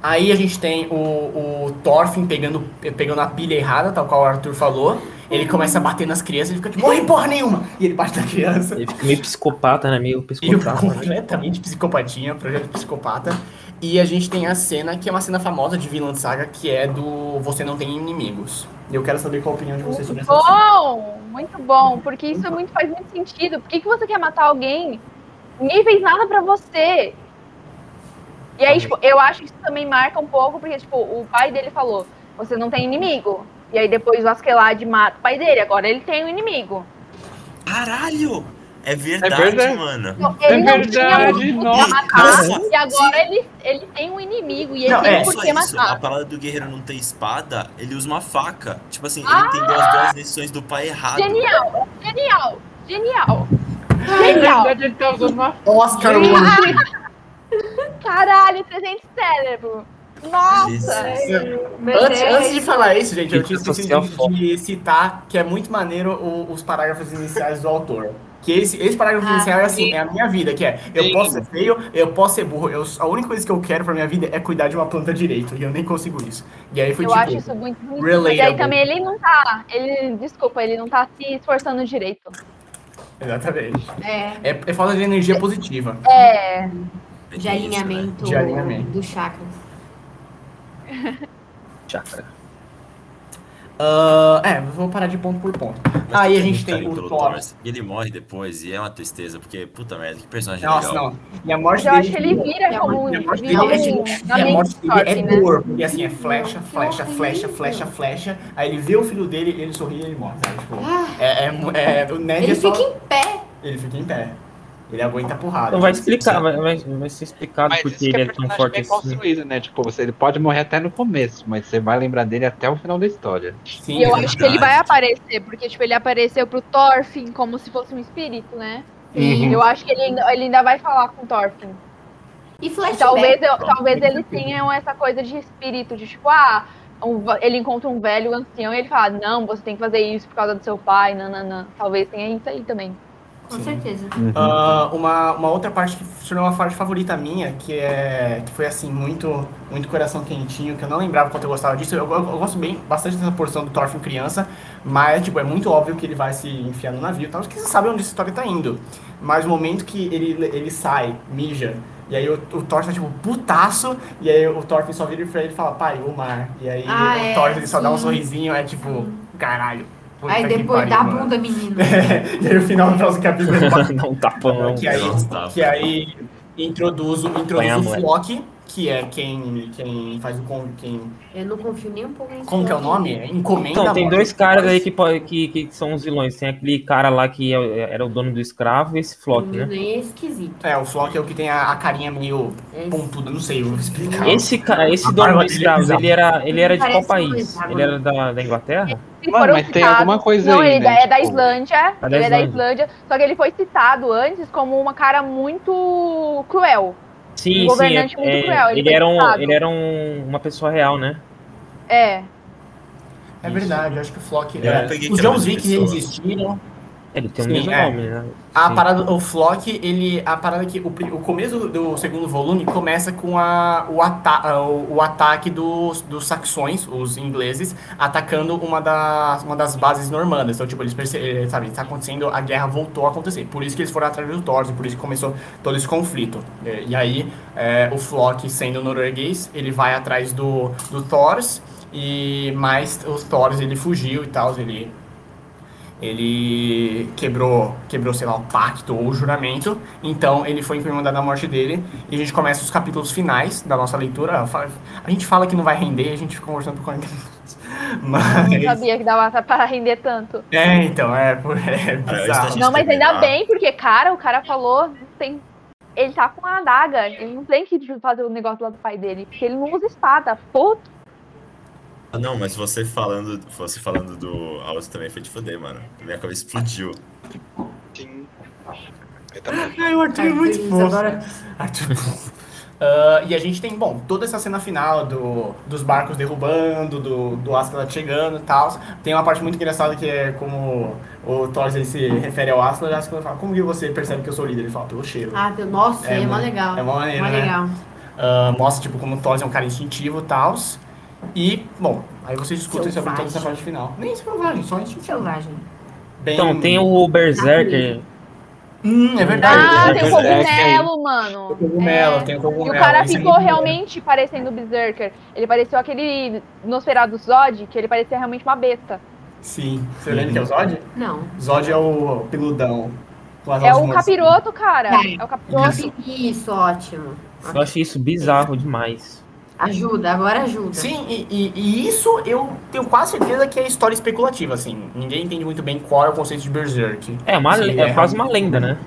S4: Aí a gente tem o, o Thorfinn pegando, pegando a pilha errada, tal qual o Arthur falou. Ele começa a bater nas crianças e fica tipo, morre porra nenhuma! E ele bate na criança.
S8: Ele fica meio psicopata, né? Meio
S4: E eu
S8: psicopata. né?
S4: completamente psicopatinha, projeto psicopata. E a gente tem a cena que é uma cena famosa de Vinland Saga, que é do Você Não Tem Inimigos. E eu quero saber qual a opinião de vocês sobre essa cena.
S2: Bom, muito bom, porque isso é muito, faz muito sentido. Por que, que você quer matar alguém? Ninguém fez nada pra você. E
S4: Tá
S2: aí, tipo, eu acho que isso também marca um pouco, porque, tipo, o pai dele falou, você não tem inimigo. E aí depois o Askeladd mata o pai dele, agora ele tem um inimigo.
S1: Caralho! É verdade,
S6: verdade.
S1: mano.
S2: Então, ele não
S6: É verdade,
S2: tinha um pra
S6: nossa.
S2: matar,
S1: Nossa,
S2: e agora ele, ele tem um inimigo, e ele
S4: Não,
S2: tem
S4: é,
S2: por
S1: Só
S2: que
S1: isso, a
S2: matar.
S1: parada do guerreiro não ter espada, ele usa uma faca. Tipo assim, ele entendeu as
S2: Ah!
S1: duas lições do pai errado.
S2: Genial, genial, genial.
S6: Na
S2: Genial.
S6: É verdade, ele tá usando uma
S2: Oh!
S4: Oscar
S2: Caralho, 300 cérebro. Nossa. é
S1: Jesus.
S3: Meu
S4: Antes,
S3: Deus.
S4: antes de falar isso, gente, eu tinha
S8: Crítica
S4: esquecido
S8: social
S4: de, de citar que é muito maneiro o- os parágrafos iniciais do autor. Que esse, esse parágrafo
S3: Ah,
S4: inicial é assim, é a minha vida, que é eu
S6: Sim.
S4: posso ser feio, eu posso ser burro. Eu, a única coisa que eu quero pra minha vida é cuidar de uma planta direito. E eu nem consigo isso. E aí foi
S2: Eu
S4: tipo.
S2: acho isso muito bonito. E aí
S4: relatable.
S2: também ele não tá. Ele, desculpa, ele não tá se esforçando direito.
S4: Exatamente.
S3: É,
S4: É, é falta de energia positiva.
S2: É.
S1: É
S3: de
S1: isso, né?
S3: alinhamento,
S4: De alinhamento.
S3: do chakras.
S8: Chakra.
S4: Ah, é, vou parar de ponto por ponto.
S1: Mas tá
S4: Aí a
S1: tem
S4: gente
S1: muito
S4: tem
S1: carinho
S4: o
S1: pelo
S4: Thor.
S1: E ele morre depois e é uma tristeza, porque, puta merda, que personagem
S4: Nossa,
S1: é legal.
S4: não. E a
S2: Mas
S4: morte
S2: eu
S4: dele.
S2: acho que ele vira como um.
S4: E a morte
S2: vira
S4: dele é
S2: um-
S4: de-
S2: na
S4: e a
S2: mente
S4: morte dele
S2: sorte,
S4: é
S2: né?
S4: dor, porque assim, é flecha,
S3: Que
S4: flecha, flecha,
S3: horrível.
S4: flecha, flecha. Aí ele vê o filho dele, ele sorri e ele morre. sabe? Tipo,
S3: Ah,
S4: é, é mu- é- o Ned
S3: ele
S4: é só-
S3: fica em pé.
S4: ele fica em pé. Ele aguenta a porrada.
S8: Então vai explicar, vai, vai, vai ser explicado
S6: Mas
S8: porque
S6: isso que
S8: ele
S6: é
S8: é tão
S6: personagem
S8: forte
S6: bem
S8: assim.
S6: construído, né? Tipo, você, ele pode morrer até no começo, mas você vai lembrar dele até o final da história.
S4: Sim,
S2: E eu
S6: é
S4: exatamente.
S2: acho que ele vai aparecer, porque tipo, ele apareceu pro Thorfinn como se fosse um espírito, né?
S6: Uhum.
S2: Eu acho que ele ainda, ele ainda vai falar com o Thorfinn.
S3: E
S2: E
S3: flashback.
S2: Talvez, eu- talvez ele tenha essa coisa de espírito, de tipo, ah, um va- ele encontra um velho ancião e ele fala, não, você tem que fazer isso por causa do seu pai, nananã. Talvez tenha isso aí também.
S3: Com
S4: Sim.
S3: certeza.
S4: Ah, uma, uma outra parte que se tornou uma parte favorita minha, que é que foi assim, muito muito coração quentinho, que eu não lembrava quanto eu gostava disso. Eu, eu- eu gosto bem bastante dessa porção do Thorfinn criança, mas tipo, é muito óbvio que ele vai se enfiar no navio, e tal, que você sabe onde essa história tá indo. Mas o momento que ele, ele sai, mija, E aí o, o Thor tá tipo putaço, e aí o Thor só vira pra ele e fala, pai, o mar. E aí
S3: Ah,
S4: o
S3: é,
S4: Thor ele só dá um
S3: sim.
S4: sorrisinho, é tipo, caralho. puta
S3: Aí
S4: que
S3: depois
S4: pariu,
S3: dá a
S4: mano.
S3: bunda, menino.
S4: e aí o final do próximo capítulo ele bate
S8: Não tá tapa não.
S4: que aí,
S1: Não, tá.
S4: que aí introduz, o-
S8: Ah, Põe
S4: introduz
S8: a
S4: o
S8: moeda.
S4: Flock, que é quem, quem faz o. con- Quem,
S3: Eu não confio nem um pouco nisso.
S4: como que é o nome? É Encomenda.
S8: Então, tem
S4: mano.
S8: dois caras aí que, po- que, que são os vilões. Tem aquele cara lá que é- era o dono do escravo e esse Flock, né?
S3: É esquisito.
S4: É, o Flock é o que tem a, a carinha meio
S3: É
S4: pontuda, não sei, eu vou explicar.
S2: Uhum.
S8: Esse cara, esse
S4: A
S8: dono
S4: barba
S8: do
S4: dele é
S8: escravo,
S4: bizarra.
S8: ele era, ele era de qual
S3: Parece um
S8: país?
S3: hexágono.
S8: Ele
S2: né?
S8: era da, da Inglaterra?
S2: Ele
S6: Mano,
S2: foram
S6: mas tem
S2: citados-
S6: alguma coisa
S2: Não,
S6: aí,
S2: ele
S6: né?
S2: é da
S6: Tipo,
S2: Islândia.
S8: da
S2: Ele é da
S8: Islândia.
S2: Islândia. Só que ele foi citado antes como uma cara muito cruel.
S8: Sim,
S2: Um
S8: sim. é-
S2: governante muito
S8: é-
S2: cruel, ele
S8: ele,
S2: foi
S8: era um,
S2: citado.
S8: ele era um- uma pessoa real, né?
S2: É.
S4: É verdade, eu acho que o Flock.
S8: Eu
S4: é,
S1: não peguei
S4: os
S1: que era
S4: Jones
S1: uma
S4: Wick
S1: pessoa.
S4: existiram.
S8: Ele tem o
S4: Sim,
S8: mesmo
S4: é.
S8: nome, né?
S4: A
S8: Sim.
S4: parada, o Flock, ele. A parada que. O, pri- o começo do segundo volume começa com a, o, ata, a- o, o ataque dos, dos saxões, os ingleses, atacando uma das, uma das bases normandas. Então, tipo, eles percebem, sabe, tá acontecendo, a guerra voltou a acontecer. Por isso que eles foram atrás do Thor, e por isso que começou todo esse conflito. É, E aí, é, o Flock, sendo norueguês, ele vai atrás do, do Thor, e mas o Thor ele fugiu e tal, ele ele quebrou, quebrou, sei lá, o pacto ou o juramento, então ele foi encomendado a morte dele, e a gente começa os capítulos finais da nossa leitura. Fa- A gente fala que não vai render, a gente fica conversando por 40 minutos.
S2: Não
S4: Mas.
S2: sabia que dava para render tanto.
S4: É, então, é, por- é bizarro.
S1: Quis
S2: Não, mas ainda
S1: terminar.
S2: bem, porque, cara, o cara falou. Tem... Ele tá com a adaga. Ele não tem que fazer o negócio lá do pai dele. Porque ele não usa espada. Puta.
S1: Ah, Não, mas você falando, você falando do Alves também foi de foder, mano. Minha cabeça explodiu.
S6: Sim. Eu também.
S4: Ai, o Arthur é muito
S3: Arthur,
S4: fofo.
S3: agora-
S4: Arthur. Ah, e a gente tem, bom, toda essa cena final do, dos barcos derrubando, do, do Astalat chegando e tal. Tem uma parte muito engraçada que é como o Thor ele se refere ao Astalat, e Astalat fala, como que você percebe que eu sou o líder? Ele fala, pelo cheiro.
S3: Ah, pelo... nossa,
S4: É,
S3: é, mó
S4: mano.
S3: legal.
S4: É mó maneiro, né?
S3: legal.
S4: Ah, mostra, tipo, como o Thor é um cara instintivo e tal. E, bom, aí vocês escutam sobre toda
S3: Selvagem.
S4: essa parte final. Nem selvagem, só instintivo.
S3: Selvagem.
S4: Bem...
S8: Então, tem o Berserker.
S4: Hum, é verdade.
S2: Ah,
S6: é
S2: tem o
S6: verdade.
S2: cogumelo, mano.
S4: Tem o cogumelo,
S2: É.
S4: tem o
S2: E
S4: cogumelo.
S2: o cara
S4: Isso é
S2: ficou
S4: muito legal.
S2: realmente parecendo o Berserker. Ele pareceu aquele Nosferatu Zod, que ele parecia realmente uma besta.
S4: Sim. Você lembra que é o Zod?
S3: Não.
S4: Zod é o peludão. com as
S2: É
S4: asas
S2: o
S4: mortas.
S2: capiroto, cara.
S3: Tá.
S2: É o capiroto.
S3: Isso, Isso, ótimo.
S8: Eu achei isso bizarro demais.
S3: Ajuda, agora ajuda.
S4: Sim, e, e- e isso eu tenho quase certeza que é história especulativa, assim. Ninguém entende muito bem qual é o conceito de Berserk.
S8: É, uma,
S4: Sim,
S8: le- é quase uma lenda, né?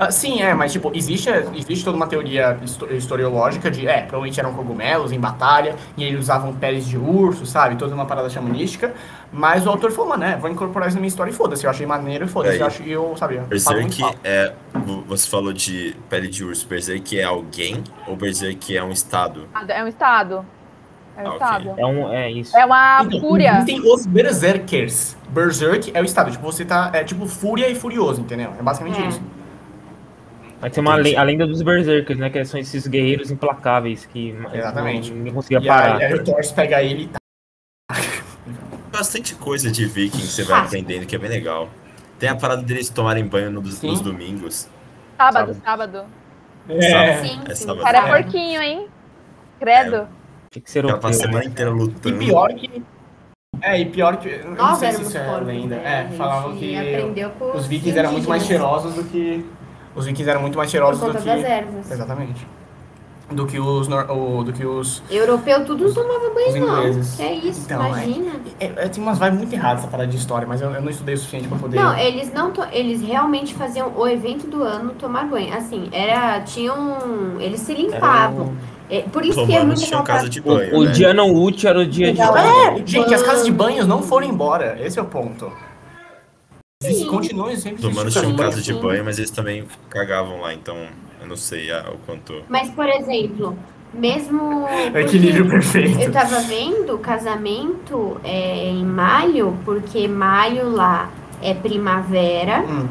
S4: Ah, sim, é, mas tipo, existe, existe toda uma teoria histo- historiológica de, é, provavelmente eram cogumelos em batalha, e eles usavam peles de urso, sabe? Toda uma parada xamanística. Mas o autor falou, mano, né, vou incorporar isso na minha história e foda-se, eu achei maneiro e foda-se,
S1: Aí.
S4: eu acho É, que eu, sabe, eu falo muito
S1: Berserk
S4: mal.
S1: é. vo- Você falou de pele de urso. Berserk é alguém ou Berserk é um estado?
S2: É um estado. É um
S1: Ah, ok.
S2: estado.
S8: É, um, é isso.
S2: É uma fúria.
S4: Tem Então, os berserkers. Berserk é o estado, tipo, você tá. É tipo fúria e furioso, entendeu? É basicamente
S3: É.
S4: isso.
S8: Mas tem uma le- a lenda dos Berserkers, né? Que são esses guerreiros implacáveis que ma-
S4: Exatamente.
S8: não- ninguém conseguia
S4: E é aí,
S8: parar.
S4: aí o Thor pega ele e tá.
S1: Bastante coisa de viking que você vai aprendendo, que é bem legal. Tem a parada deles tomarem banho no- nos,
S4: Sim.
S1: nos domingos.
S2: Sábado, sábado.
S1: É.
S3: sim.
S1: É
S3: sim.
S1: sábado.
S2: O cara é
S4: Cara.
S2: porquinho, hein?
S1: É.
S2: Credo.
S8: Tem que ser
S1: Ela
S8: europeu.
S1: passa a semana
S8: né?
S1: inteira
S4: E
S1: lutando.
S4: pior que. É, e pior que. eu não
S3: Nós
S4: sei se
S3: éramos
S4: isso é
S3: porcos,
S4: lenda.
S3: né?
S4: É,
S3: A
S4: falavam
S3: gente
S4: que
S3: aprendeu com
S4: os vikings eram muito mais
S3: indígenas.
S4: cheirosos do que. Os vikings eram muito mais
S3: Por
S4: cheirosos do
S3: conta
S4: que.
S3: das ervas.
S4: Exatamente. Do que os. nor- o- do que os.
S3: Europeu, tudo tomava
S4: Os
S3: banho,
S4: ingleses.
S3: não. Que é isso,
S4: Então, é.
S3: imagina.
S4: É, é, tem umas vibes muito erradas essa parada de história, mas eu, eu não estudei o suficiente pra poder.
S3: Não, eles não to- eles realmente faziam o evento do ano tomar banho. Assim, era tinham, eles se
S8: Era
S4: um
S3: limpavam.
S8: o-
S3: É, por isso que é
S1: Romanos
S3: muito
S1: tinham
S3: bom
S1: casa
S3: pra-
S1: de banho.
S8: O, o
S1: né?
S8: dia não útil era o dia de.
S3: Legal.
S4: É, gente, as casas de banhos não foram embora. Esse é o ponto. Existe- Continuam sempre
S1: Os humanos
S4: existindo
S1: tinham
S4: casas
S1: casa de
S3: sim.
S1: banho, mas eles também cagavam lá, então eu não sei ah, o quanto.
S3: Mas por exemplo, mesmo
S4: É equilíbrio
S3: porque
S4: perfeito.
S3: Eu tava vendo o casamento é, em maio, porque maio lá é primavera,
S4: Hum,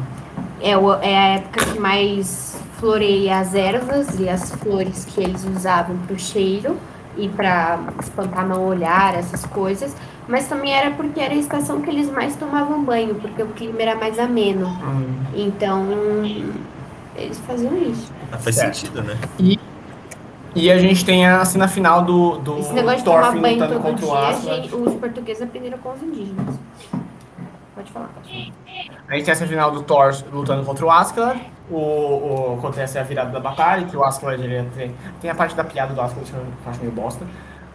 S3: é, o- é a época que mais floreia as ervas e as flores que eles usavam pro cheiro e pra espantar mau olhar, essas coisas. Mas também era porque era a estação que eles mais tomavam banho, porque o clima era mais ameno.
S4: hum.
S3: Então, eles faziam isso.
S1: Ah, faz
S4: Certo.
S1: sentido, né?
S4: E a gente tem a cena final do, do
S3: Esse negócio de tomar
S4: Thorfinn
S3: banho
S4: lutando
S3: todo
S4: contra o
S3: dia,
S4: Aslan.
S3: gente, os portugueses aprenderam com os indígenas. Pode falar, pode falar.
S4: A gente tem essa final do Thor lutando contra o Ascalon. O, o, acontece a virada da batalha, que o Ascalon ele é- tem, tem a parte da piada do Ascalon que eu acho meio bosta.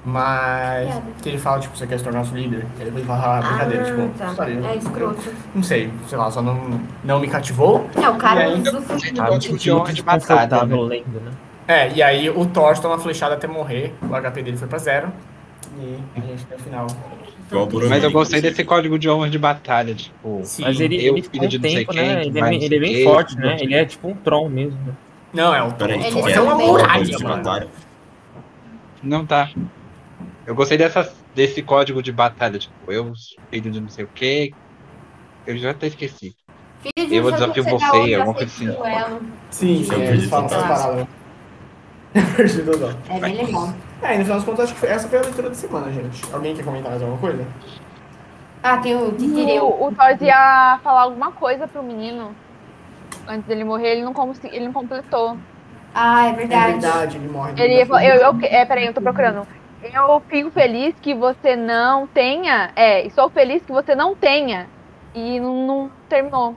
S4: Mas
S3: Piada.
S4: que ele fala, tipo, você quer se tornar nosso líder? Ele depois fala, ah, brincadeira, tipo,
S3: tá.
S4: sabe,
S3: É escroto.
S4: não sei, sei lá, só não, não me cativou.
S3: É, o cara
S4: E aí,
S3: usufruiu.
S6: Ah,
S8: Sabe,
S6: tipo,
S8: que muito
S6: de matar, tá,
S8: desconfortável lendo, né?
S4: É, e aí o Thor toma flechada até morrer, o HP dele foi pra zero. E a gente tem o final.
S1: Igual o Boromir,
S6: Mas eu gostei
S1: inclusive.
S6: desse código de honra de batalha, tipo.
S4: Sim.
S8: Mas ele,
S6: eu
S8: ele
S6: filho
S8: ficou um
S6: de não sei
S8: tempo,
S6: quem,
S8: né? Ele é,
S6: mas
S8: bem- ele é bem
S6: eu-
S8: forte, né? Ele é tipo um Tron mesmo. né?
S4: Não, é o Thor.
S1: Peraí,
S3: Ele
S1: qual que
S3: é
S1: é
S4: uma
S1: o
S4: muralha,
S1: código de
S4: mano.
S1: batalha?
S6: Não tá. Eu gostei dessa, desse código de batalha, tipo, eu, filho de não sei o que. Eu já até esqueci.
S3: Filho
S6: Eu vou
S3: não sei o que,
S6: desafiar
S3: você dá
S6: você,
S3: outra,
S6: alguma coisa
S3: aceita
S6: assim.
S3: o duelo.
S4: Sim, sim,
S1: Eu
S4: eles
S1: perdi
S4: falam essas
S3: total.
S4: paradas. Eu perdi total.
S3: É bem legal.
S4: É, e no final das contas, acho que foi- essa foi a leitura da semana, gente. Alguém quer comentar mais alguma coisa?
S3: Ah, tem o
S2: E
S3: Kikireu.
S2: o, o Thor ia falar alguma coisa pro menino antes dele morrer, ele não, cons- ele não completou.
S3: Ah, é
S4: É
S3: verdade.
S4: verdade, ele morre.
S2: Ele ia falar, eu, eu, é, peraí, eu tô procurando. Eu fico feliz que você não tenha. É, e sou feliz que você não tenha. E não, não terminou.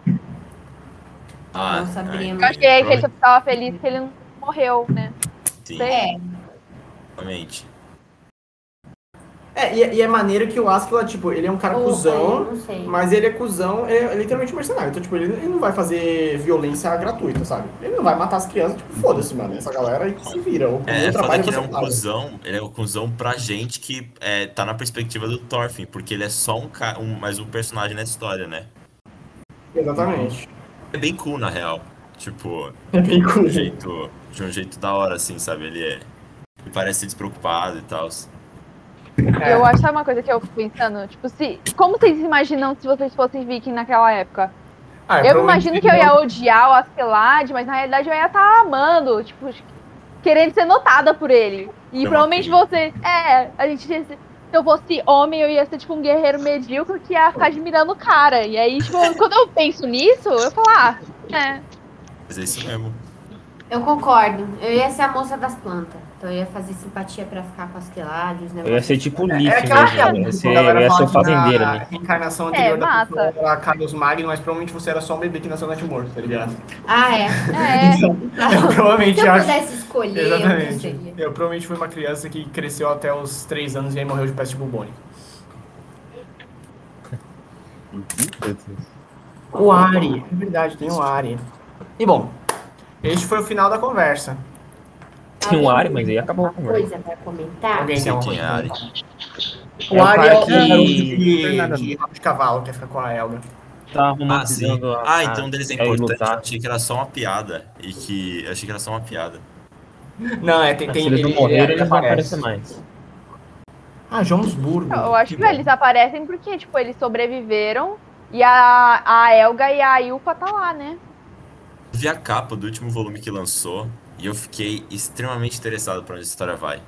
S1: Ah,
S3: Nossa,
S1: ai,
S3: Brima.
S2: Eu achei que ele só ficava feliz que ele não morreu, né?
S1: sim,
S3: É,
S1: exatamente.
S4: É, e, e é maneiro que o Ascla, tipo, ele é um cara
S3: ou-
S4: cuzão,
S3: não sei.
S4: mas ele é cuzão, é, é literalmente um mercenário. Então, tipo, ele, ele não vai fazer violência gratuita, sabe? Ele não vai matar as crianças, tipo, foda-se, mano. Essa galera aí que se vira. O
S1: É,
S4: meu
S1: foda
S4: trabalho
S1: que ele é um
S4: fazer nada.
S1: cuzão, ele é um cuzão pra gente que é, tá na perspectiva do Thorfinn, porque ele é só um, ca- um mais um personagem na história, né?
S4: Exatamente.
S1: É bem cool, na real. Tipo,
S4: É bem
S1: de um
S4: cujo.
S1: jeito, de um jeito da hora, assim, sabe? Ele, é, ele parece despreocupado e tal.
S2: Eu acho sabe uma coisa que eu fico pensando, tipo, se. Como vocês imaginam se vocês fossem viking naquela época?
S4: Ah, é
S2: eu imagino que eu ia
S4: provavelmente-
S2: odiar o Askeladd, mas na realidade eu ia estar amando, tipo, querendo ser notada por ele. E
S1: Tem
S2: provavelmente
S1: uma
S2: você. É, a gente ia ser- se eu fosse homem, eu ia ser tipo um guerreiro medíocre que ia ficar admirando o cara. E aí, tipo, quando eu penso nisso, eu falo, ah, é.
S1: Mas é isso mesmo.
S3: Eu concordo. Eu ia ser a moça das plantas. Então eu ia fazer simpatia pra ficar com as quelades, né?
S8: Eu ia ser tipo o
S4: É
S8: Leaf,
S4: aquela
S8: né,
S4: piada,
S8: velho? Eu ia
S4: tipo,
S8: ser,
S4: a
S8: eu
S4: galera
S8: ia ser
S1: um
S4: fala
S8: o
S4: que na
S8: fazendeiro né?
S1: né?
S8: ali.
S4: reencarnação anterior
S2: É,
S4: da
S2: mata.
S4: pessoa era Carlos Magno, mas provavelmente você era só um bebê que nasceu na Timor, tá ligado?
S3: Ah, é. Então,
S2: É,
S4: Eu provavelmente
S3: Se eu
S4: acho.
S3: pudesse escolher, eu não
S4: Exatamente.
S3: seria.
S4: Eu provavelmente fui uma criança que cresceu até os 3 anos e aí morreu de peste bubônica.
S8: Uhum.
S4: O Ari. É verdade, tem o Ari. E bom, este foi o final da conversa.
S8: Tem um ar, mas aí acabou a
S3: Alguma
S8: conversa.
S3: coisa pra comentar?
S4: Alguém tem
S1: Sei
S4: uma
S1: quem é
S4: coisa?
S1: Ari.
S4: O Ari é o
S8: um cara que-
S4: garoto de,
S6: Fernando.
S4: de rabo de cavalo que fica com a Elga.
S8: Tá
S1: Ah, sim.
S8: romantizando a-
S1: Ah, então deles é
S8: é ele
S1: importante.
S8: lutar.
S1: Eu achei que era só uma piada. E que. Eu achei que era só uma piada.
S4: Não, é, tem.
S8: a-
S4: tem
S8: Se eles não
S4: ele-
S8: morrerem,
S4: ele
S8: eles não
S4: aparece.
S8: aparecem mais.
S4: Ah, Jonesburgo.
S2: eu acho que
S4: bom.
S2: eles aparecem porque, tipo, eles sobreviveram e a, a Elga e a Ilpa tá lá, né?
S1: Eu Vi a capa do último volume que lançou e eu fiquei extremamente interessado pra onde a história vai.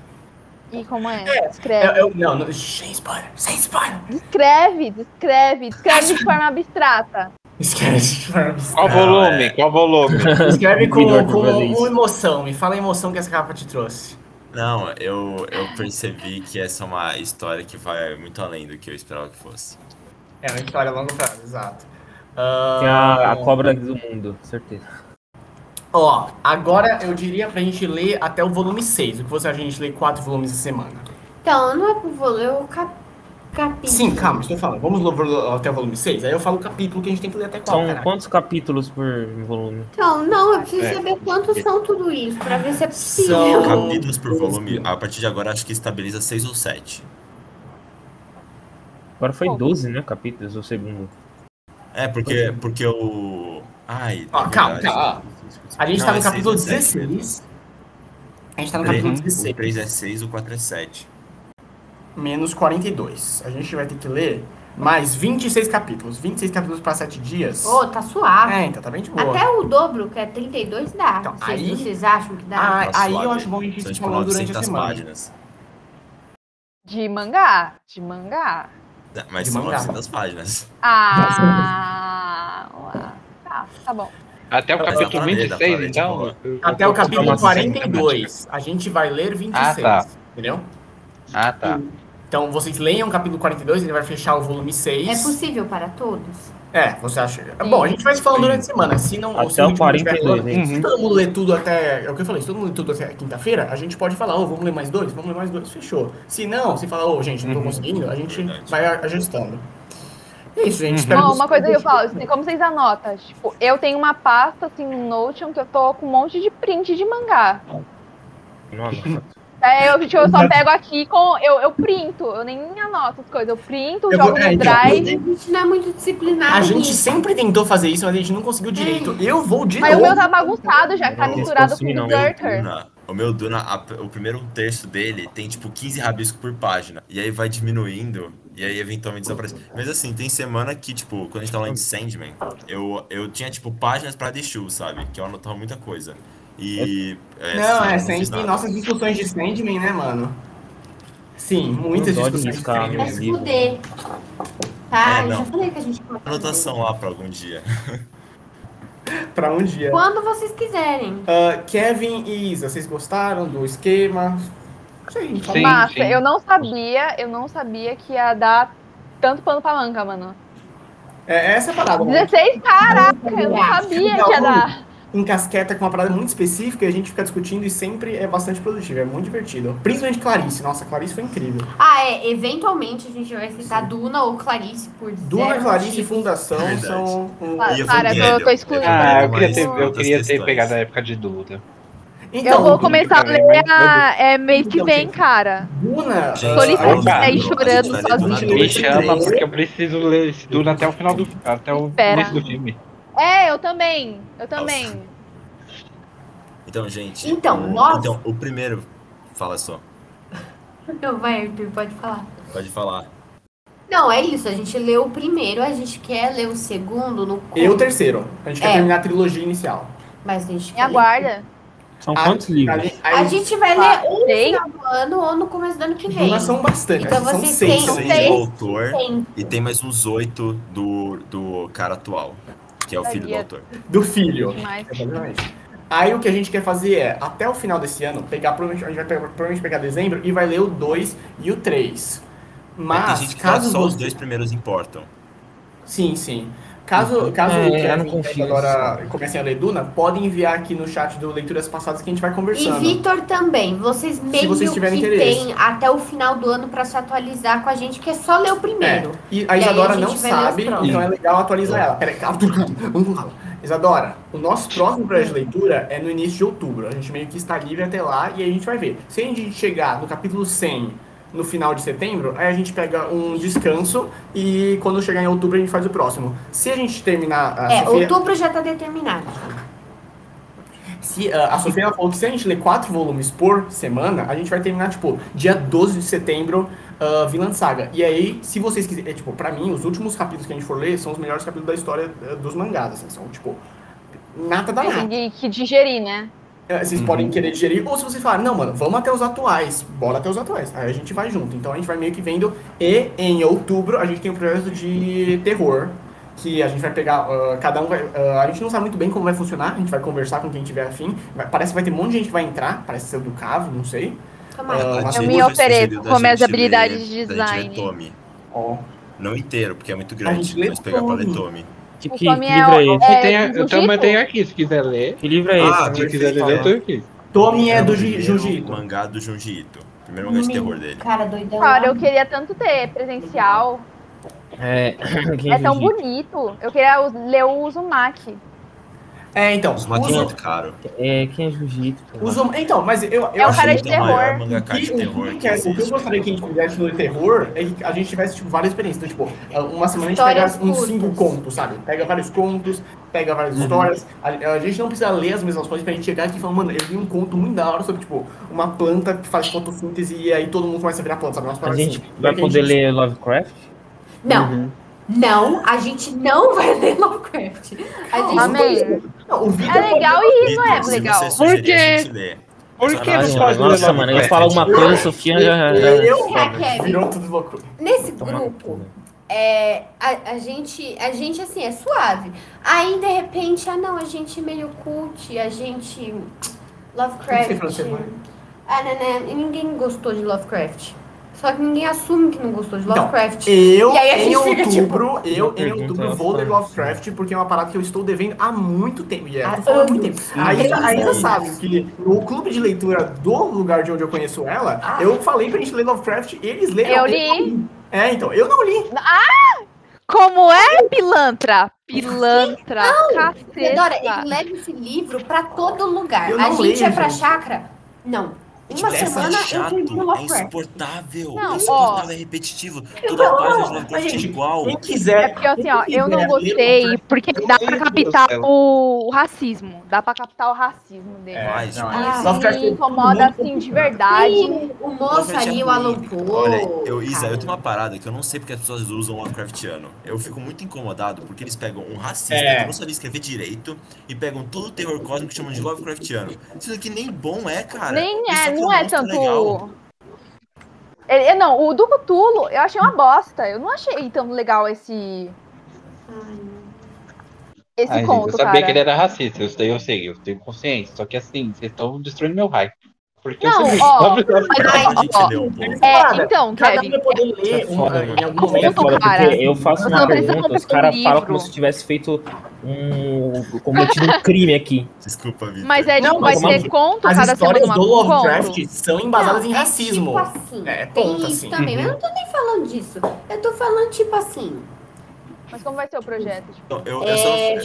S2: E como é?
S4: Eu,
S2: Descreve.
S4: eu, não, não, sem spoiler, sem spoiler.
S2: Descreve, descreve, descreve de forma abstrata.
S4: Esquece. Ah,
S6: Qual volume? Qual volume?
S4: Escreve com,
S8: Melhor que
S4: com,
S8: fazer isso.
S4: emoção, me fala a emoção que essa capa te trouxe.
S1: Não, eu, eu percebi que essa é uma história que vai muito além do que eu esperava que fosse.
S4: É uma história a longo prazo, exato. Ah,
S8: Tem a, a cobra do mundo, certeza.
S4: Ó, agora eu diria pra gente ler até o volume 6. O que você acha de a gente ler quatro volumes essa semana?
S3: Então, não é pro volume, eu cap... capítulo.
S4: Sim, calma, estou falando. Vamos lo- lo- até o volume 6? Aí eu falo o capítulo que a gente tem que ler até qual,
S8: São
S4: caralho.
S8: quantos capítulos por volume?
S3: Então, não, eu preciso
S6: É.
S3: saber quantos são tudo isso, pra ver se é possível.
S4: São-
S1: Capítulos por volume, a partir de agora acho que estabiliza seis ou sete.
S8: Agora foi
S2: Pô.
S8: 12, né? Capítulos, o segundo.
S1: É, porque, porque o. Ai.
S4: Ó,
S1: na
S4: Ah, calma,
S1: verdade-
S4: calma. A gente
S1: Não,
S4: tá no
S1: é seis
S4: capítulo
S1: ou sete mesmo.
S4: 16. A gente tá no
S1: Três-
S4: capítulo
S1: O 3 é
S4: 16.
S1: 6, o 4 é 7.
S4: Menos 42. A gente vai ter que ler mais 26 capítulos. 26 capítulos pra 7 dias.
S3: Ô, tá suave.
S4: É, então tá bem de boa.
S3: Até o dobro, que é 32, dá.
S4: Então,
S3: vocês,
S4: aí-
S3: vocês acham que dá?
S4: Ah,
S1: Tá
S4: aí eu
S1: suave.
S4: acho bom a gente
S1: São
S4: ir
S1: tipo
S4: falando durante a
S1: 900
S4: semana.
S1: páginas.
S2: De mangá, de mangá.
S1: Mas
S4: De
S1: são
S4: mangá.
S1: 900 páginas.
S2: Ah, tá, tá bom.
S6: Até o
S1: Mas
S6: capítulo
S1: na parede,
S6: 26,
S1: na parede,
S6: então?
S4: Até o capítulo
S6: Informações
S4: 42. A gente vai ler 26.
S6: Ah, tá.
S4: Entendeu?
S6: Ah, tá.
S4: Então vocês leiam o capítulo 42, ele vai fechar o volume 6.
S3: É possível para todos?
S4: É, você acha. Bom, a gente vai se falando durante a semana. Se não, se
S8: Até
S4: não
S8: o
S4: tiver
S8: 42,
S4: falando,
S8: hein?
S4: Se todo mundo lê tudo até. É o que eu falei, se todo mundo lê tudo até quinta-feira, a gente pode falar, ô, vamos ler mais dois, vamos ler mais dois, fechou. Se não, se falar, ô, gente, não tô
S6: Uhum.
S4: conseguindo, a gente
S1: Verdade.
S4: vai ajustando. É isso, gente.
S6: Uhum.
S4: Espero
S2: Bom,
S4: que
S2: uma
S4: vocês-
S2: coisa que eu falo, assim, como vocês anotam? Tipo, eu tenho uma pasta, assim, no Notion, que eu tô com um monte de print de mangá.
S8: Não, não.
S2: É, eu, tipo, eu só pego aqui com. Eu, eu printo, eu nem anoto as coisas. Eu printo,
S4: Eu vou-
S2: jogo
S4: é,
S2: no
S4: então,
S3: A
S2: drive.
S3: gente não é muito disciplinado.
S4: A gente
S3: nisso.
S4: sempre tentou fazer isso, mas a gente não conseguiu direito. Eu vou de
S2: Mas o
S4: novo.
S2: meu tá bagunçado já, que tá
S1: Não,
S2: misturado
S8: assim,
S2: com
S8: não,
S2: o Berserker.
S1: Duna, o meu Duna, a- o primeiro terço dele tem tipo 15 rabiscos por página. E aí vai diminuindo. E aí eventualmente desaparece. Mas assim, tem semana que, tipo, quando a gente tava lá em Sandman, eu, eu tinha, tipo, páginas pra The Shoe, sabe? Que eu anotava muita coisa. E. assim,
S4: Não, é,
S1: sem
S4: Sandman, nossas discussões de Sandman, né, mano? Sim, muitas
S8: dó de
S4: discussões de
S8: riscar,
S4: Sandman.
S3: Vai é se fuder. Tá,
S1: É,
S3: eu já
S1: não.
S3: falei que a gente pode
S1: Anotação lá pra algum dia.
S4: Pra um dia.
S3: Quando vocês quiserem.
S4: Ah, Kevin e Isa, vocês gostaram do esquema? Sim,
S6: Sim,
S2: Massa,
S6: sim.
S2: eu não sabia, eu não sabia que ia dar tanto pano pra manga, mano.
S4: É, essa é a parada. Né?
S2: 16, caraca, eu não sabia que ia dar.
S4: Encasqueta Um com uma parada muito específica e a gente fica discutindo e sempre é bastante produtivo, é muito divertido. Principalmente Clarice. Nossa, Clarice foi incrível.
S3: Ah, é. Eventualmente a gente vai citar Duna ou Clarice por
S4: Duna,
S3: zero
S4: Clarice e
S3: motivo.
S4: Fundação
S1: Verdade.
S4: são. um-
S2: Claro.
S1: E
S2: Para,
S1: Evangelho,
S2: eu tô excluindo.
S6: Ah, eu
S1: Evangelho,
S6: queria
S1: mas
S6: ter, eu
S1: outras
S6: queria ter
S1: questões.
S6: pegado a época de Duda.
S2: Eu
S4: Então,
S2: vou começar a
S6: também,
S2: ler
S6: mas-
S2: a, é, mês que
S4: Então,
S2: vem,
S4: gente.
S2: cara.
S4: Duna.
S1: Gente,
S2: Solicitei
S1: vamos-
S6: aí, Então,
S1: a gente tá
S2: chorando
S1: vai detonar
S4: sozinha.
S1: tudo.
S6: Me
S4: dois,
S6: chama
S4: três.
S6: porque eu preciso ler esse Duda até o final do até o
S2: Espera.
S6: início do filme.
S2: É, eu também, eu também.
S1: Então, gente.
S3: Então,
S1: o-
S3: nós-
S1: Então, o primeiro. Fala só.
S3: Não, vai, Arthur, pode falar.
S1: Pode falar.
S3: Não, é isso. A gente leu o primeiro, a gente quer ler o segundo no conto,
S4: E o terceiro. A gente quer
S3: É.
S4: terminar a trilogia inicial.
S3: mas a gente
S2: Me
S3: quer ler.
S2: aguarda.
S8: São quantos livros?
S4: A,
S3: A gente vai
S2: Ah,
S3: ler ou no
S2: sei.
S3: final do ano ou no começo do ano que vem.
S4: Duna são bastante.
S3: é Então
S4: acho que
S3: vocês
S4: são seis.
S3: têm-
S1: Seis
S2: sei.
S1: do autor
S3: Tem.
S1: e tem mais uns oito do, do cara atual, que é o filho do
S2: Sabia.
S1: autor.
S4: Do filho.
S2: Demais.
S4: Exatamente. Aí o que a gente quer fazer é, até o final desse ano, pegar, provavelmente, a gente vai pegar, provavelmente pegar dezembro e vai ler o 2 e o 3.
S1: Mas
S4: Mas,
S1: tem gente que fala
S4: caso
S1: só os
S4: você...
S1: dois primeiros importam.
S4: Sim, sim. Caso, caso
S8: É,
S4: o
S8: eu não
S4: Kevin
S8: confio
S4: pegue agora e comecem a ler Duna, podem enviar aqui no chat do Leituras Passadas que a gente vai
S3: E
S4: conversando.
S3: Vitor também. Vocês meio
S4: vocês
S3: que
S4: tiverem interesse.
S3: têm até o final do ano pra se atualizar com a gente, que é só ler o primeiro.
S4: E a
S3: aí
S4: Isadora
S3: a gente vai ler
S4: não
S3: os
S4: sabe,
S3: próximos.
S4: então é legal atualizar ela. Peraí, calma, vamos lá. Isadora, o nosso próximo projeto de leitura é no início de outubro. A gente meio que está livre até lá e aí a gente vai ver. Se a gente chegar no capítulo 100 no final de setembro, aí a gente pega um descanso e quando chegar em outubro a gente faz o próximo. Se a gente terminar a
S3: É,
S4: Ah, Sofia-
S3: outubro já tá determinado.
S4: se, ah, a Sofia ela falou que se a gente ler quatro volumes por semana, a gente vai terminar, tipo, dia 12 de setembro, ah, Vinland Saga. E aí, se vocês quiserem, é, tipo, pra mim, os últimos capítulos que a gente for ler são os melhores capítulos da história ah, dos mangás, assim, são, tipo, nata da nata.
S2: Tem que- que digerir, né?
S4: Ah, Vocês podem querer digerir, ou se vocês falarem, não, mano, vamos até os atuais, bora até os atuais. Aí a gente vai junto. Então a gente vai meio que vendo. E em outubro a gente tem um projeto de terror. Que a gente vai pegar, ah, cada um vai. ah, a gente não sabe muito bem como vai funcionar, a gente vai conversar com quem tiver afim. Vai- parece que vai ter um monte de gente que vai entrar, parece ser do Cavo, não sei.
S3: Calma
S4: Ah,
S3: aí.
S1: A
S4: mas
S1: Disney
S2: me
S1: foi
S2: ofereço
S1: sugerido da
S2: com
S1: gente
S2: minhas
S1: ler-
S2: habilidades de
S1: da gente ler
S2: design.
S1: Tommy.
S4: Ó.
S1: Não inteiro, porque é muito
S4: gente
S1: grande,
S4: lê
S1: mas pegar pra ler
S4: Tommy.
S1: Tommy.
S8: Que,
S2: O
S8: que, que
S2: Tommy é
S8: livro é esse?
S2: É,
S6: eu tenho, eu
S2: do
S6: tenho, eu
S2: Gipo?
S6: tenho aqui, se quiser ler.
S8: Que livro é esse?
S1: Ah,
S6: Se quiser ler, eu tô aqui.
S4: Tommy é do Hum. Ji-
S1: primeiro
S4: Jiu-Jitsu.
S1: mangá do Junji Ito. Primeiro mangá de terror
S4: Ah.
S1: dele.
S3: Cara, doidão.
S2: Cara, eu queria tanto ter presencial.
S8: É,
S4: Uhum.
S8: quem
S2: É tão
S8: viu?
S2: bonito. Eu queria us- ler o Uzumaki.
S4: É, então.
S1: Os mangás é
S4: Uso,
S1: muito caro.
S8: É, quem é Jiu-Jitsu? sei lá.
S4: uso, então, mas eu, eu
S2: É o
S4: acho
S2: cara
S4: que-
S2: de
S1: Ele é o maior
S2: terror.
S1: mangaka de
S4: E o
S1: terror
S4: que
S1: que
S4: é- o que eu
S1: existe.
S4: gostaria que a gente fizesse no terror é que a gente tivesse tipo, várias experiências. Então, tipo, uma semana a gente pega
S3: Histórias
S4: uns
S3: curtas.
S4: cinco contos, sabe? Pega vários contos, pega várias
S8: Uhum.
S4: histórias. A, a gente não precisa ler as mesmas coisas pra gente chegar aqui e falar, mano, eu vi um conto muito da hora sobre, tipo, uma planta que faz fotossíntese e aí todo mundo começa a virar planta, sabe? Umas
S8: A
S4: paradas
S8: gente
S4: assim. E
S8: vai
S4: aí que a
S8: poder
S4: gente-
S8: ler Lovecraft?
S3: Não,
S4: Uhum.
S3: não, a gente não vai ler Lovecraft. A gente
S2: Amém.
S4: Não, o Vitor
S2: É legal e não é
S1: Vitor, se
S2: legal.
S1: você sugerir,
S6: Por
S1: a
S6: quê?
S1: gente lê.
S6: Por
S1: Essa
S6: é que
S1: análise
S6: você
S1: vai-
S6: faz
S8: Ah, Nossa,
S6: ler
S8: mano, eu falo uma coisa, Sofia já. já- já-
S4: Eu-
S3: Será, Kevin?
S4: virou tudo loucura.
S3: Nesse
S8: Tomar no
S3: grupo,
S8: cu, né?
S3: é, a, a gente, a gente assim, é suave. Aí, de repente, ah não, a gente é meio cult, a gente. Lovecraft.
S4: Não sei pra você,
S3: Ah, né, né, e ninguém gostou de Lovecraft. Só que ninguém assume que não gostou de Lovecraft.
S4: Eu,
S3: E aí a
S2: é
S4: em
S3: gente fica,
S4: outubro, eu, em
S8: Pergunta
S4: outubro,
S8: ela
S4: vou ler
S8: faz.
S4: Lovecraft, porque é uma parada que eu estou devendo há muito tempo. E é,
S3: Há
S2: Ah,
S4: eu falo há muito tempo.
S3: anos.
S4: A Isa, a Isa
S3: Anos.
S4: sabe que no clube de leitura do lugar de onde eu conheço ela,
S3: Ah.
S4: eu falei pra gente ler Lovecraft, eles
S2: Eu
S4: leram. li. É, então, eu não li.
S2: Como é, pilantra? Pilantra,
S3: Teodora, ele
S2: caceta.
S3: leva esse livro pra todo lugar.
S4: Eu
S3: A
S4: não
S3: gente
S4: leio,
S3: é pra
S4: gente.
S3: chácara? Não. Uma
S1: Tipo, é
S3: semana eu
S1: chato,
S3: termino
S1: é
S3: Lovecraft.
S1: insuportável,
S2: Não,
S1: é insuportável, é repetitivo. Toda
S4: não,
S1: página de
S4: não,
S1: Lovecraft é
S4: gente,
S1: igual.
S4: Quem
S2: É
S4: quiser.
S2: porque assim, ó,
S4: quem
S2: eu não
S4: quiser ler
S2: gostei,
S4: Lovecraft,
S2: porque
S4: é né? eu
S2: dá
S4: leio
S2: pra
S4: do
S2: captar
S4: céu.
S2: o, o racismo. Dá pra captar o racismo dele.
S4: É,
S1: Mas,
S4: não,
S3: Ah,
S4: Lovecraft
S2: Me
S4: é
S2: incomoda
S4: muito
S2: assim de
S4: complicado.
S2: verdade.
S3: Sim, o moço
S1: Lovecraft é
S3: ali, o
S1: ruim.
S3: Alan Poe.
S1: Olha, eu, Isa,
S3: cara.
S1: eu tenho uma parada que eu não sei porque as pessoas usam Lovecraftiano. Eu fico muito incomodado porque eles pegam um racista
S4: É.
S1: que não sabia escrever direito e pegam todo o terror cósmico e chamam de Lovecraftiano. Sendo que nem bom é, cara.
S2: Nem
S1: Isso
S2: é,
S1: aqui
S2: não
S1: um
S2: é
S6: tá
S1: monstro
S2: tanto.
S1: legal.
S2: Ele- é, não, o do Cutulo eu achei uma bosta. Eu não achei tão legal esse. Esse
S6: Ai, gente,
S2: conto,
S6: eu sabia
S2: cara.
S6: que ele era racista, eu sei, eu sei, eu tenho consciência. Só que assim, vocês estão destruindo meu hype. Porque
S2: Não,
S6: eu sabia.
S2: ó,
S1: Dá pra
S2: Ai, ó,
S1: gente ler um pouco.
S2: É, então,
S4: Cada um
S2: Kevin,
S4: vai poder ler
S8: É foda,
S4: um,
S8: mano.
S4: em algum
S8: Ele é
S4: momento.
S8: foda,
S2: cara.
S8: porque eu faço
S2: Você
S8: uma
S2: não precisa
S8: pergunta, os
S2: comprar um
S8: caras falam
S2: livro.
S8: como se eu tivesse feito um. cometido um crime aqui.
S1: Desculpa, Vitor.
S2: mas é
S4: Não,
S2: tipo, vai
S4: mas
S2: ser
S8: vamos-
S2: conto
S4: As
S2: cada semana
S4: histórias
S2: uma
S4: do
S2: conto.
S4: Lovecraft são embasadas em
S3: Não, é
S4: racismo.
S3: Tipo assim,
S4: É,
S3: tem
S4: ponto,
S3: isso
S4: assim.
S3: também, mas
S8: Uhum.
S3: eu não tô nem falando disso. Eu tô falando, tipo assim.
S2: Mas como vai ser o projeto? Tipo,
S1: Não, eu, eu só-
S3: É,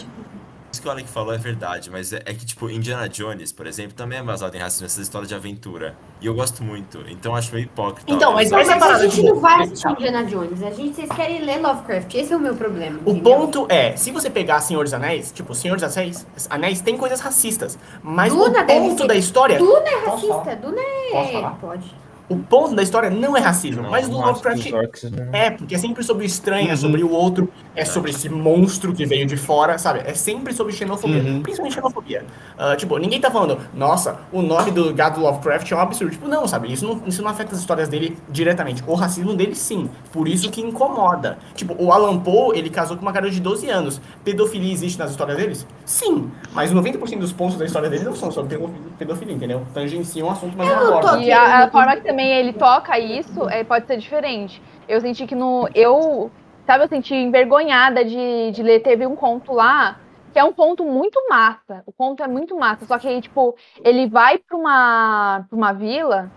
S1: Isso que o Alec falou é verdade, mas é, é que, tipo, Indiana Jones, por exemplo, também é baseado em racismo, essa história de aventura. E eu gosto muito, então acho meio hipócrita.
S4: Então, mas
S1: usar
S3: mas
S4: essa é a
S1: isso.
S3: a
S4: parada,
S3: gente
S4: tipo,
S3: não vai
S4: esse
S3: assistir Indiana Jones. A gente, vocês querem ler Lovecraft. Esse é o meu problema.
S4: O
S3: entendeu?
S4: ponto é, se você pegar Senhor dos Anéis, tipo, Senhor dos Anéis, Anéis tem coisas racistas, mas
S3: Duna
S4: o
S3: deve
S4: ponto
S3: ser-
S4: da história,
S3: Duna é
S4: Posso
S3: racista. Duna
S4: Posso
S3: é.
S4: falar?
S3: Pode.
S4: o ponto da história não é racismo,
S8: Não,
S4: mas no
S8: não acho que os
S4: Lovecraft
S8: orcs né? não-
S4: é, porque é sempre sobre o estranho, é
S8: Uhum.
S4: sobre o outro, é sobre esse monstro que veio de fora, sabe? É sempre sobre xenofobia,
S8: Uhum.
S4: principalmente xenofobia. Ah, tipo, ninguém tá falando, nossa, o nome do gado Lovecraft é um absurdo. Tipo, não, sabe? Isso não, isso não afeta as histórias dele diretamente. O racismo dele, sim. Por isso que incomoda. Tipo, o Alan Poe, ele casou com uma garota de 12 anos. Pedofilia existe nas histórias deles? Sim. Mas 90% dos pontos da história dele não são sobre pedofilia, pedofilia entendeu? Tangenciam um assunto, mas não
S3: Eu não tô
S4: abordam.
S2: E a, a forma que também ele toca isso é, pode ser diferente. Eu senti que no. Eu. Sabe, eu senti envergonhada de, de ler. Teve um conto lá que é um conto muito massa. O conto é muito massa. Só que aí, tipo, ele vai pra uma, pra uma vila.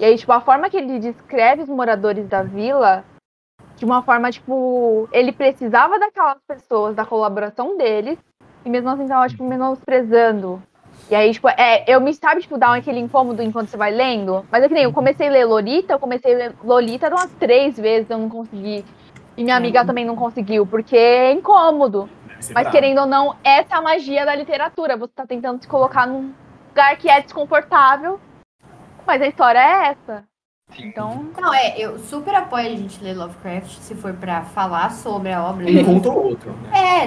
S2: E aí, tipo, a forma que ele descreve os moradores da vila. De uma forma, tipo, ele precisava daquelas pessoas, da colaboração deles. E mesmo assim tava, tipo, menosprezando. E aí, tipo, é, eu me sabe, tipo, dar aquele incômodo enquanto você vai lendo. Mas é que nem eu comecei a ler Lolita, eu comecei a ler Lolita umas três vezes, eu não consegui. E minha amiga também não conseguiu, porque é incômodo.
S4: Deve ser
S2: Mas
S4: bravo.
S2: querendo ou não, essa é a magia da literatura. Você tá tentando se colocar num lugar que é desconfortável. Mas a história é essa. Então,
S3: Não, é, eu super apoio a gente ler Lovecraft se for pra falar sobre a obra.
S4: Um contra o outro, né?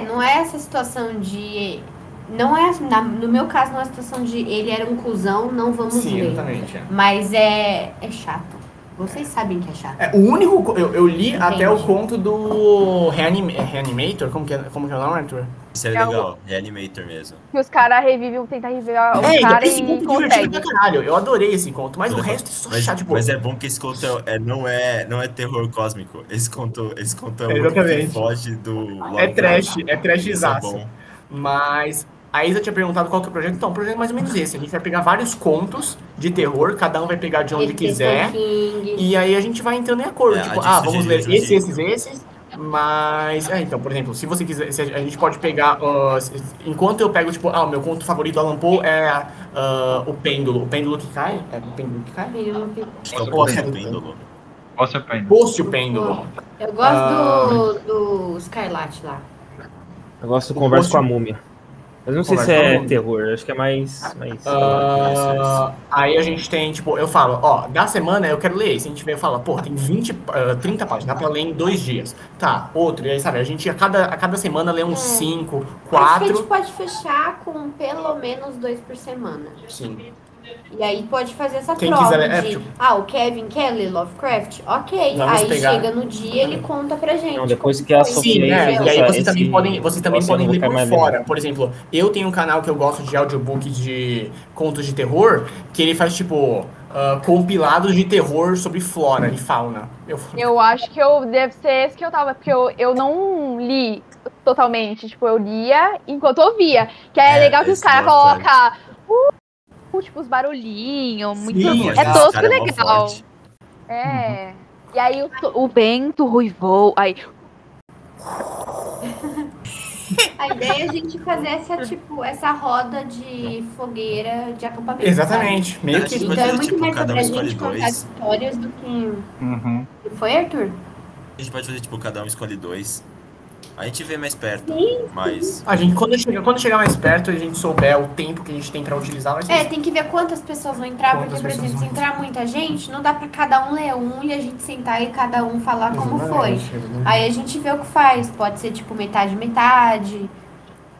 S3: É, não é essa situação de. Não é. na- no meu caso, não é a situação de ele era um cuzão, não vamos
S4: Sim,
S3: ler.
S4: exatamente. é.
S3: Mas é. É chato. Vocês sabem que é chato.
S4: É, o único. co- Eu, eu li
S3: Entendi.
S4: até o conto do Reanima- é Reanimator, como que é, como que é o nome, Arthur?
S1: Isso é
S2: É o-
S1: legal, é animator mesmo.
S2: que os caras revivem, tentam reviver o
S4: é, então,
S2: cara e
S4: esse conto é divertido
S2: consegue.
S4: pra caralho. Eu adorei esse conto, mas o
S1: Legal.
S4: resto é só
S1: Mas,
S4: chato, tipo.
S1: mas é bom que esse conto é, é- não, é, não é terror cósmico. Esse conto, esse conto é o único que
S4: Exatamente.
S1: foge do
S4: É
S1: Lovecraft.
S4: trash, é trash
S1: Isso é
S4: exato.
S1: bom.
S4: Mas a Isa tinha perguntado qual que é o projeto. Então, o projeto é mais ou menos esse. A gente vai pegar vários contos de terror, cada um vai pegar de onde
S3: Ele
S4: quiser.
S3: King.
S4: E aí a gente vai entrando em acordo,
S1: É,
S4: tipo,
S1: a gente
S4: ah, vamos ler
S1: sugeriu
S4: esses,
S1: juntinho.
S4: esses, esses, mas... É, então, por exemplo, se você quiser, se a a gente pode pegar, ó, se- enquanto eu pego, tipo, ah, o meu conto favorito do Alan Poe é ah, O Pêndulo, O Pêndulo que cai? É O Pêndulo que cai?
S1: Acho que é o poço
S4: Eu gosto.
S1: do pêndulo.
S6: Qual o seu pai?
S4: Poste o Pêndulo.
S3: Eu gosto
S4: Ah.
S3: do, do Scarlet lá.
S8: Eu gosto de conversa com a múmia. Mas não sei se
S4: Conversa com a
S8: é
S4: múmia.
S8: terror, acho que é mais. mais...
S4: Ah, aí a gente tem, tipo, eu falo, ó, da semana eu quero ler esse. A gente vem e fala, pô, tem 20, ah, 30 páginas, dá pra ler em dois dias. Tá, outro, e aí, sabe, a gente a cada, a cada semana lê uns
S3: É. tipo
S4: 5,
S3: Acho que a
S4: 4.
S3: gente pode fechar com pelo menos dois por semana.
S4: Sim.
S3: E aí pode fazer essa
S4: Quem
S3: prova
S4: quiser, é,
S3: de,
S4: tipo-
S3: ah, o Kevin Kelly, Lovecraft, ok.
S4: Vamos
S3: aí
S4: pegar. Uhum.
S3: chega no dia ele conta pra gente.
S8: Não, depois que a
S3: Sim,
S8: Sofia.
S4: tipo, né?
S8: fez
S4: E aí
S8: essa-
S4: vocês também
S8: esse-
S4: podem, vocês também
S8: esse eu
S4: podem
S8: não vou
S4: ler
S8: ficar
S4: por
S8: mais
S4: fora.
S8: lendo.
S4: Por exemplo, eu tenho um canal que eu gosto de audiobook de contos de terror, que ele faz tipo ah, compilados de terror sobre flora e fauna. Eu,
S2: Eu acho que eu deve ser esse que eu tava, porque eu, eu não li totalmente. Tipo, eu lia enquanto ouvia. Que
S1: É,
S2: é, legal que os
S1: esse
S2: caras
S1: é bacana.
S2: colocam. Uh, tipo, os barulhinhos, muito.
S4: Sim,
S1: A voz
S2: é
S1: desse
S2: tosco
S1: cara
S2: e
S1: é mó
S2: legal.
S1: forte. Uhum.
S2: É. E aí o, o vento ruivou. Aí,
S3: A ideia é a gente fazer essa, tipo, essa roda de fogueira de acampamento.
S4: exatamente. Meio
S1: Acho
S4: que
S3: sabe?
S1: que
S3: Então é
S1: fazer,
S3: muito
S1: tipo,
S3: mais
S1: cada um
S3: sobre a
S1: escolhe
S3: gente contar
S1: dois.
S3: histórias do que.
S6: Uhum.
S3: Foi, Arthur?
S1: A gente pode fazer, tipo, cada um escolhe dois. A gente vê mais perto, mas...
S4: a gente quando chegar, quando chegar mais perto e a gente souber o tempo que a gente tem pra utilizar, vai ser
S3: É,
S4: isso.
S3: tem que ver quantas pessoas vão entrar,
S4: Quantas
S3: porque, por
S4: pessoas
S3: exemplo, se
S4: vão
S3: entrar muita gente, não dá pra cada um ler um e a gente sentar e cada um falar como foi.
S4: Exatamente, exatamente.
S3: Aí a gente vê o que faz. Pode ser, tipo, metade, metade.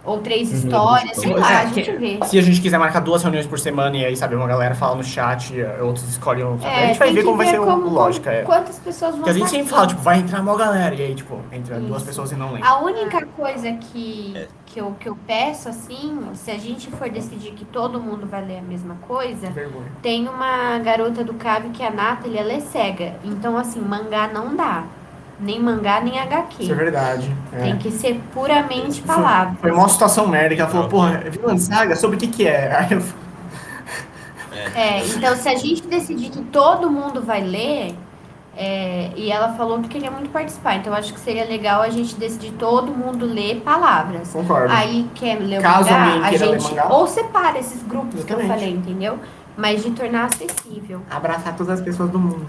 S3: Ou três
S4: Uhum.
S3: histórias, sei
S4: Sim,
S3: lá, a
S4: é,
S3: gente vê.
S4: Se a gente quiser marcar duas reuniões por semana e aí, sabe, uma galera fala no chat, eh, outros escolhem outra. a gente
S3: É,
S4: vai
S3: tem
S4: ver
S3: que
S4: como vai ser o- o lógica. é.
S3: Quantas pessoas vão
S4: Porque a gente
S3: estar
S4: sempre
S3: aqui.
S4: fala, tipo, vai entrar mó galera. E aí, tipo, entra
S3: Isso.
S4: duas pessoas e não lembra.
S3: A única coisa que,
S4: É.
S3: que, eu, que eu peço, assim, se a gente for decidir que todo mundo vai ler a mesma coisa,
S4: Vergonha.
S3: tem uma garota do Cave que é a Nathalie, ela é cega. Então, assim, mangá não dá. Nem mangá, nem HQ.
S4: Isso é verdade. é.
S3: Tem que ser puramente
S4: Foi-
S3: palavra.
S4: Foi uma situação merda que ela falou, porra, Vinland Saga, sobre o que que é? Aí eu falei,
S3: É, então se a gente decidir que todo mundo vai ler, é, e ela falou que queria muito participar, então eu acho que seria legal a gente decidir todo mundo ler palavras.
S4: concordo.
S3: Aí quer ler o
S4: Caso alguém
S3: mangá, a
S4: queira ler
S3: gente
S4: mangá.
S3: ou separa esses grupos que eu
S4: Exatamente.
S3: falei, entendeu? Mas de tornar acessível.
S4: Abraçar todas as pessoas do mundo.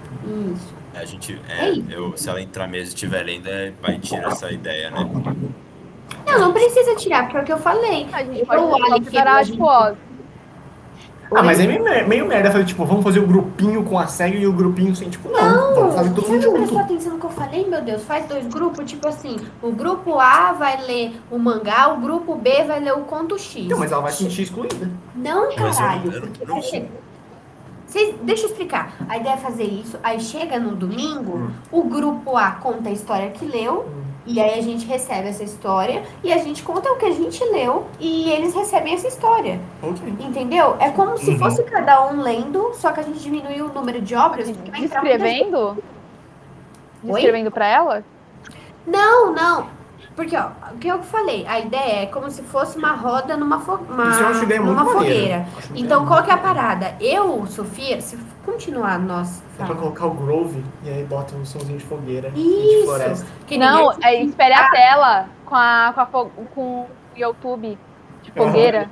S3: Isso.
S1: A gente,
S3: É
S1: é,
S3: isso.
S1: eu, se ela entrar mesmo e estiver lendo, é- vai tirar essa ideia, né?
S3: Não, não precisa tirar, porque é o que eu falei.
S2: a gente
S3: Eu
S2: pode
S3: olho
S2: só
S3: aqui pra
S2: preparar,
S3: gente.
S2: tipo, ó,
S4: Ah, mas é meio, mer- meio merda. Eu falei, tipo, vamos fazer o grupinho com a SEG e o grupinho sem, tipo, não. vamos fazer todo
S3: Você
S4: mundo
S3: não
S4: junto.
S3: prestou atenção no que eu falei, meu Deus? Faz dois grupos, tipo assim, o grupo A vai ler o mangá, o grupo B vai ler o conto X.
S4: Não, Então, mas ela vai se sentir excluída.
S3: Não,
S1: Mas eu não-
S3: caralho.
S1: eu não-
S3: porque
S1: eu não-
S3: você chega- Vocês- deixa eu explicar. A ideia é fazer isso, aí chega no domingo,
S4: Hum.
S3: o grupo A conta a história que leu,
S4: Hum.
S3: e aí a gente recebe essa história, e a gente conta o que a gente leu, e eles recebem essa história.
S4: Ok.
S3: Entendeu? É como se
S4: Uhum.
S3: fosse cada um lendo, só que a gente diminuiu o número de obras. porque vai entrar muita gente.
S2: descrevendo.
S3: Oi?
S2: Descrevendo pra ela?
S3: Não, não. Porque, ó, o que eu falei, a ideia é como se fosse uma roda numa, fo uma-
S4: Isso eu acho ideia muito
S3: numa fogueira.
S4: maneira. Acho muito
S3: Então,
S4: maneiro.
S3: qual que é a parada? Eu, Sofia, se continuar nós
S4: Dá É pra
S3: falando.
S4: colocar o Grove e aí bota um somzinho de fogueira e de
S3: Isso.
S4: floresta.
S3: que
S2: Não,
S3: ninguém-
S2: é, espere
S3: Ah.
S2: a tela com, a, com, a fo- com o YouTube de fogueira.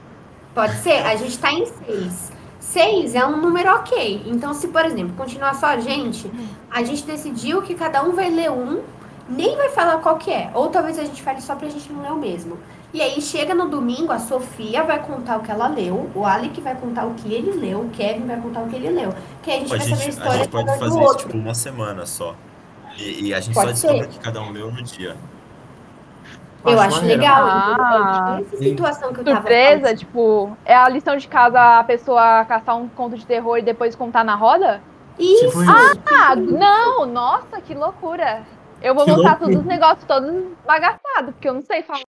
S3: Pode ser? A gente tá em seis. Seis é um número ok. Então, se, por exemplo, continuar só a gente, a gente decidiu que cada um vai ler um, nem vai falar qual que é. Ou talvez a gente fale só pra gente não ler o mesmo. E aí chega no domingo, a Sofia vai contar o que ela leu, o Alec vai contar o que ele leu, o Kevin vai contar o que ele leu. Que aí a gente
S1: tipo, A
S3: vai
S1: gente,
S3: saber a
S1: a
S3: história
S1: gente
S3: cada um
S1: pode
S3: do
S1: fazer isso,
S3: outro.
S1: tipo, uma semana só. E, e a gente
S3: Pode
S1: só descobre que cada um leu no dia.
S3: Eu acho,
S4: maneiro.
S3: legal.
S2: Ah,
S3: entendeu? Essa situação que eu tava
S2: Surpresa,
S3: falando.
S2: tipo, é a lição de casa a pessoa caçar um conto de terror e depois contar na roda?
S3: Isso.
S4: Tipo isso.
S2: Ah, não! Nossa, que loucura! Eu vou
S4: Que
S2: montar
S4: loucura.
S2: todos os negócios todos bagaçados, porque eu não sei falar.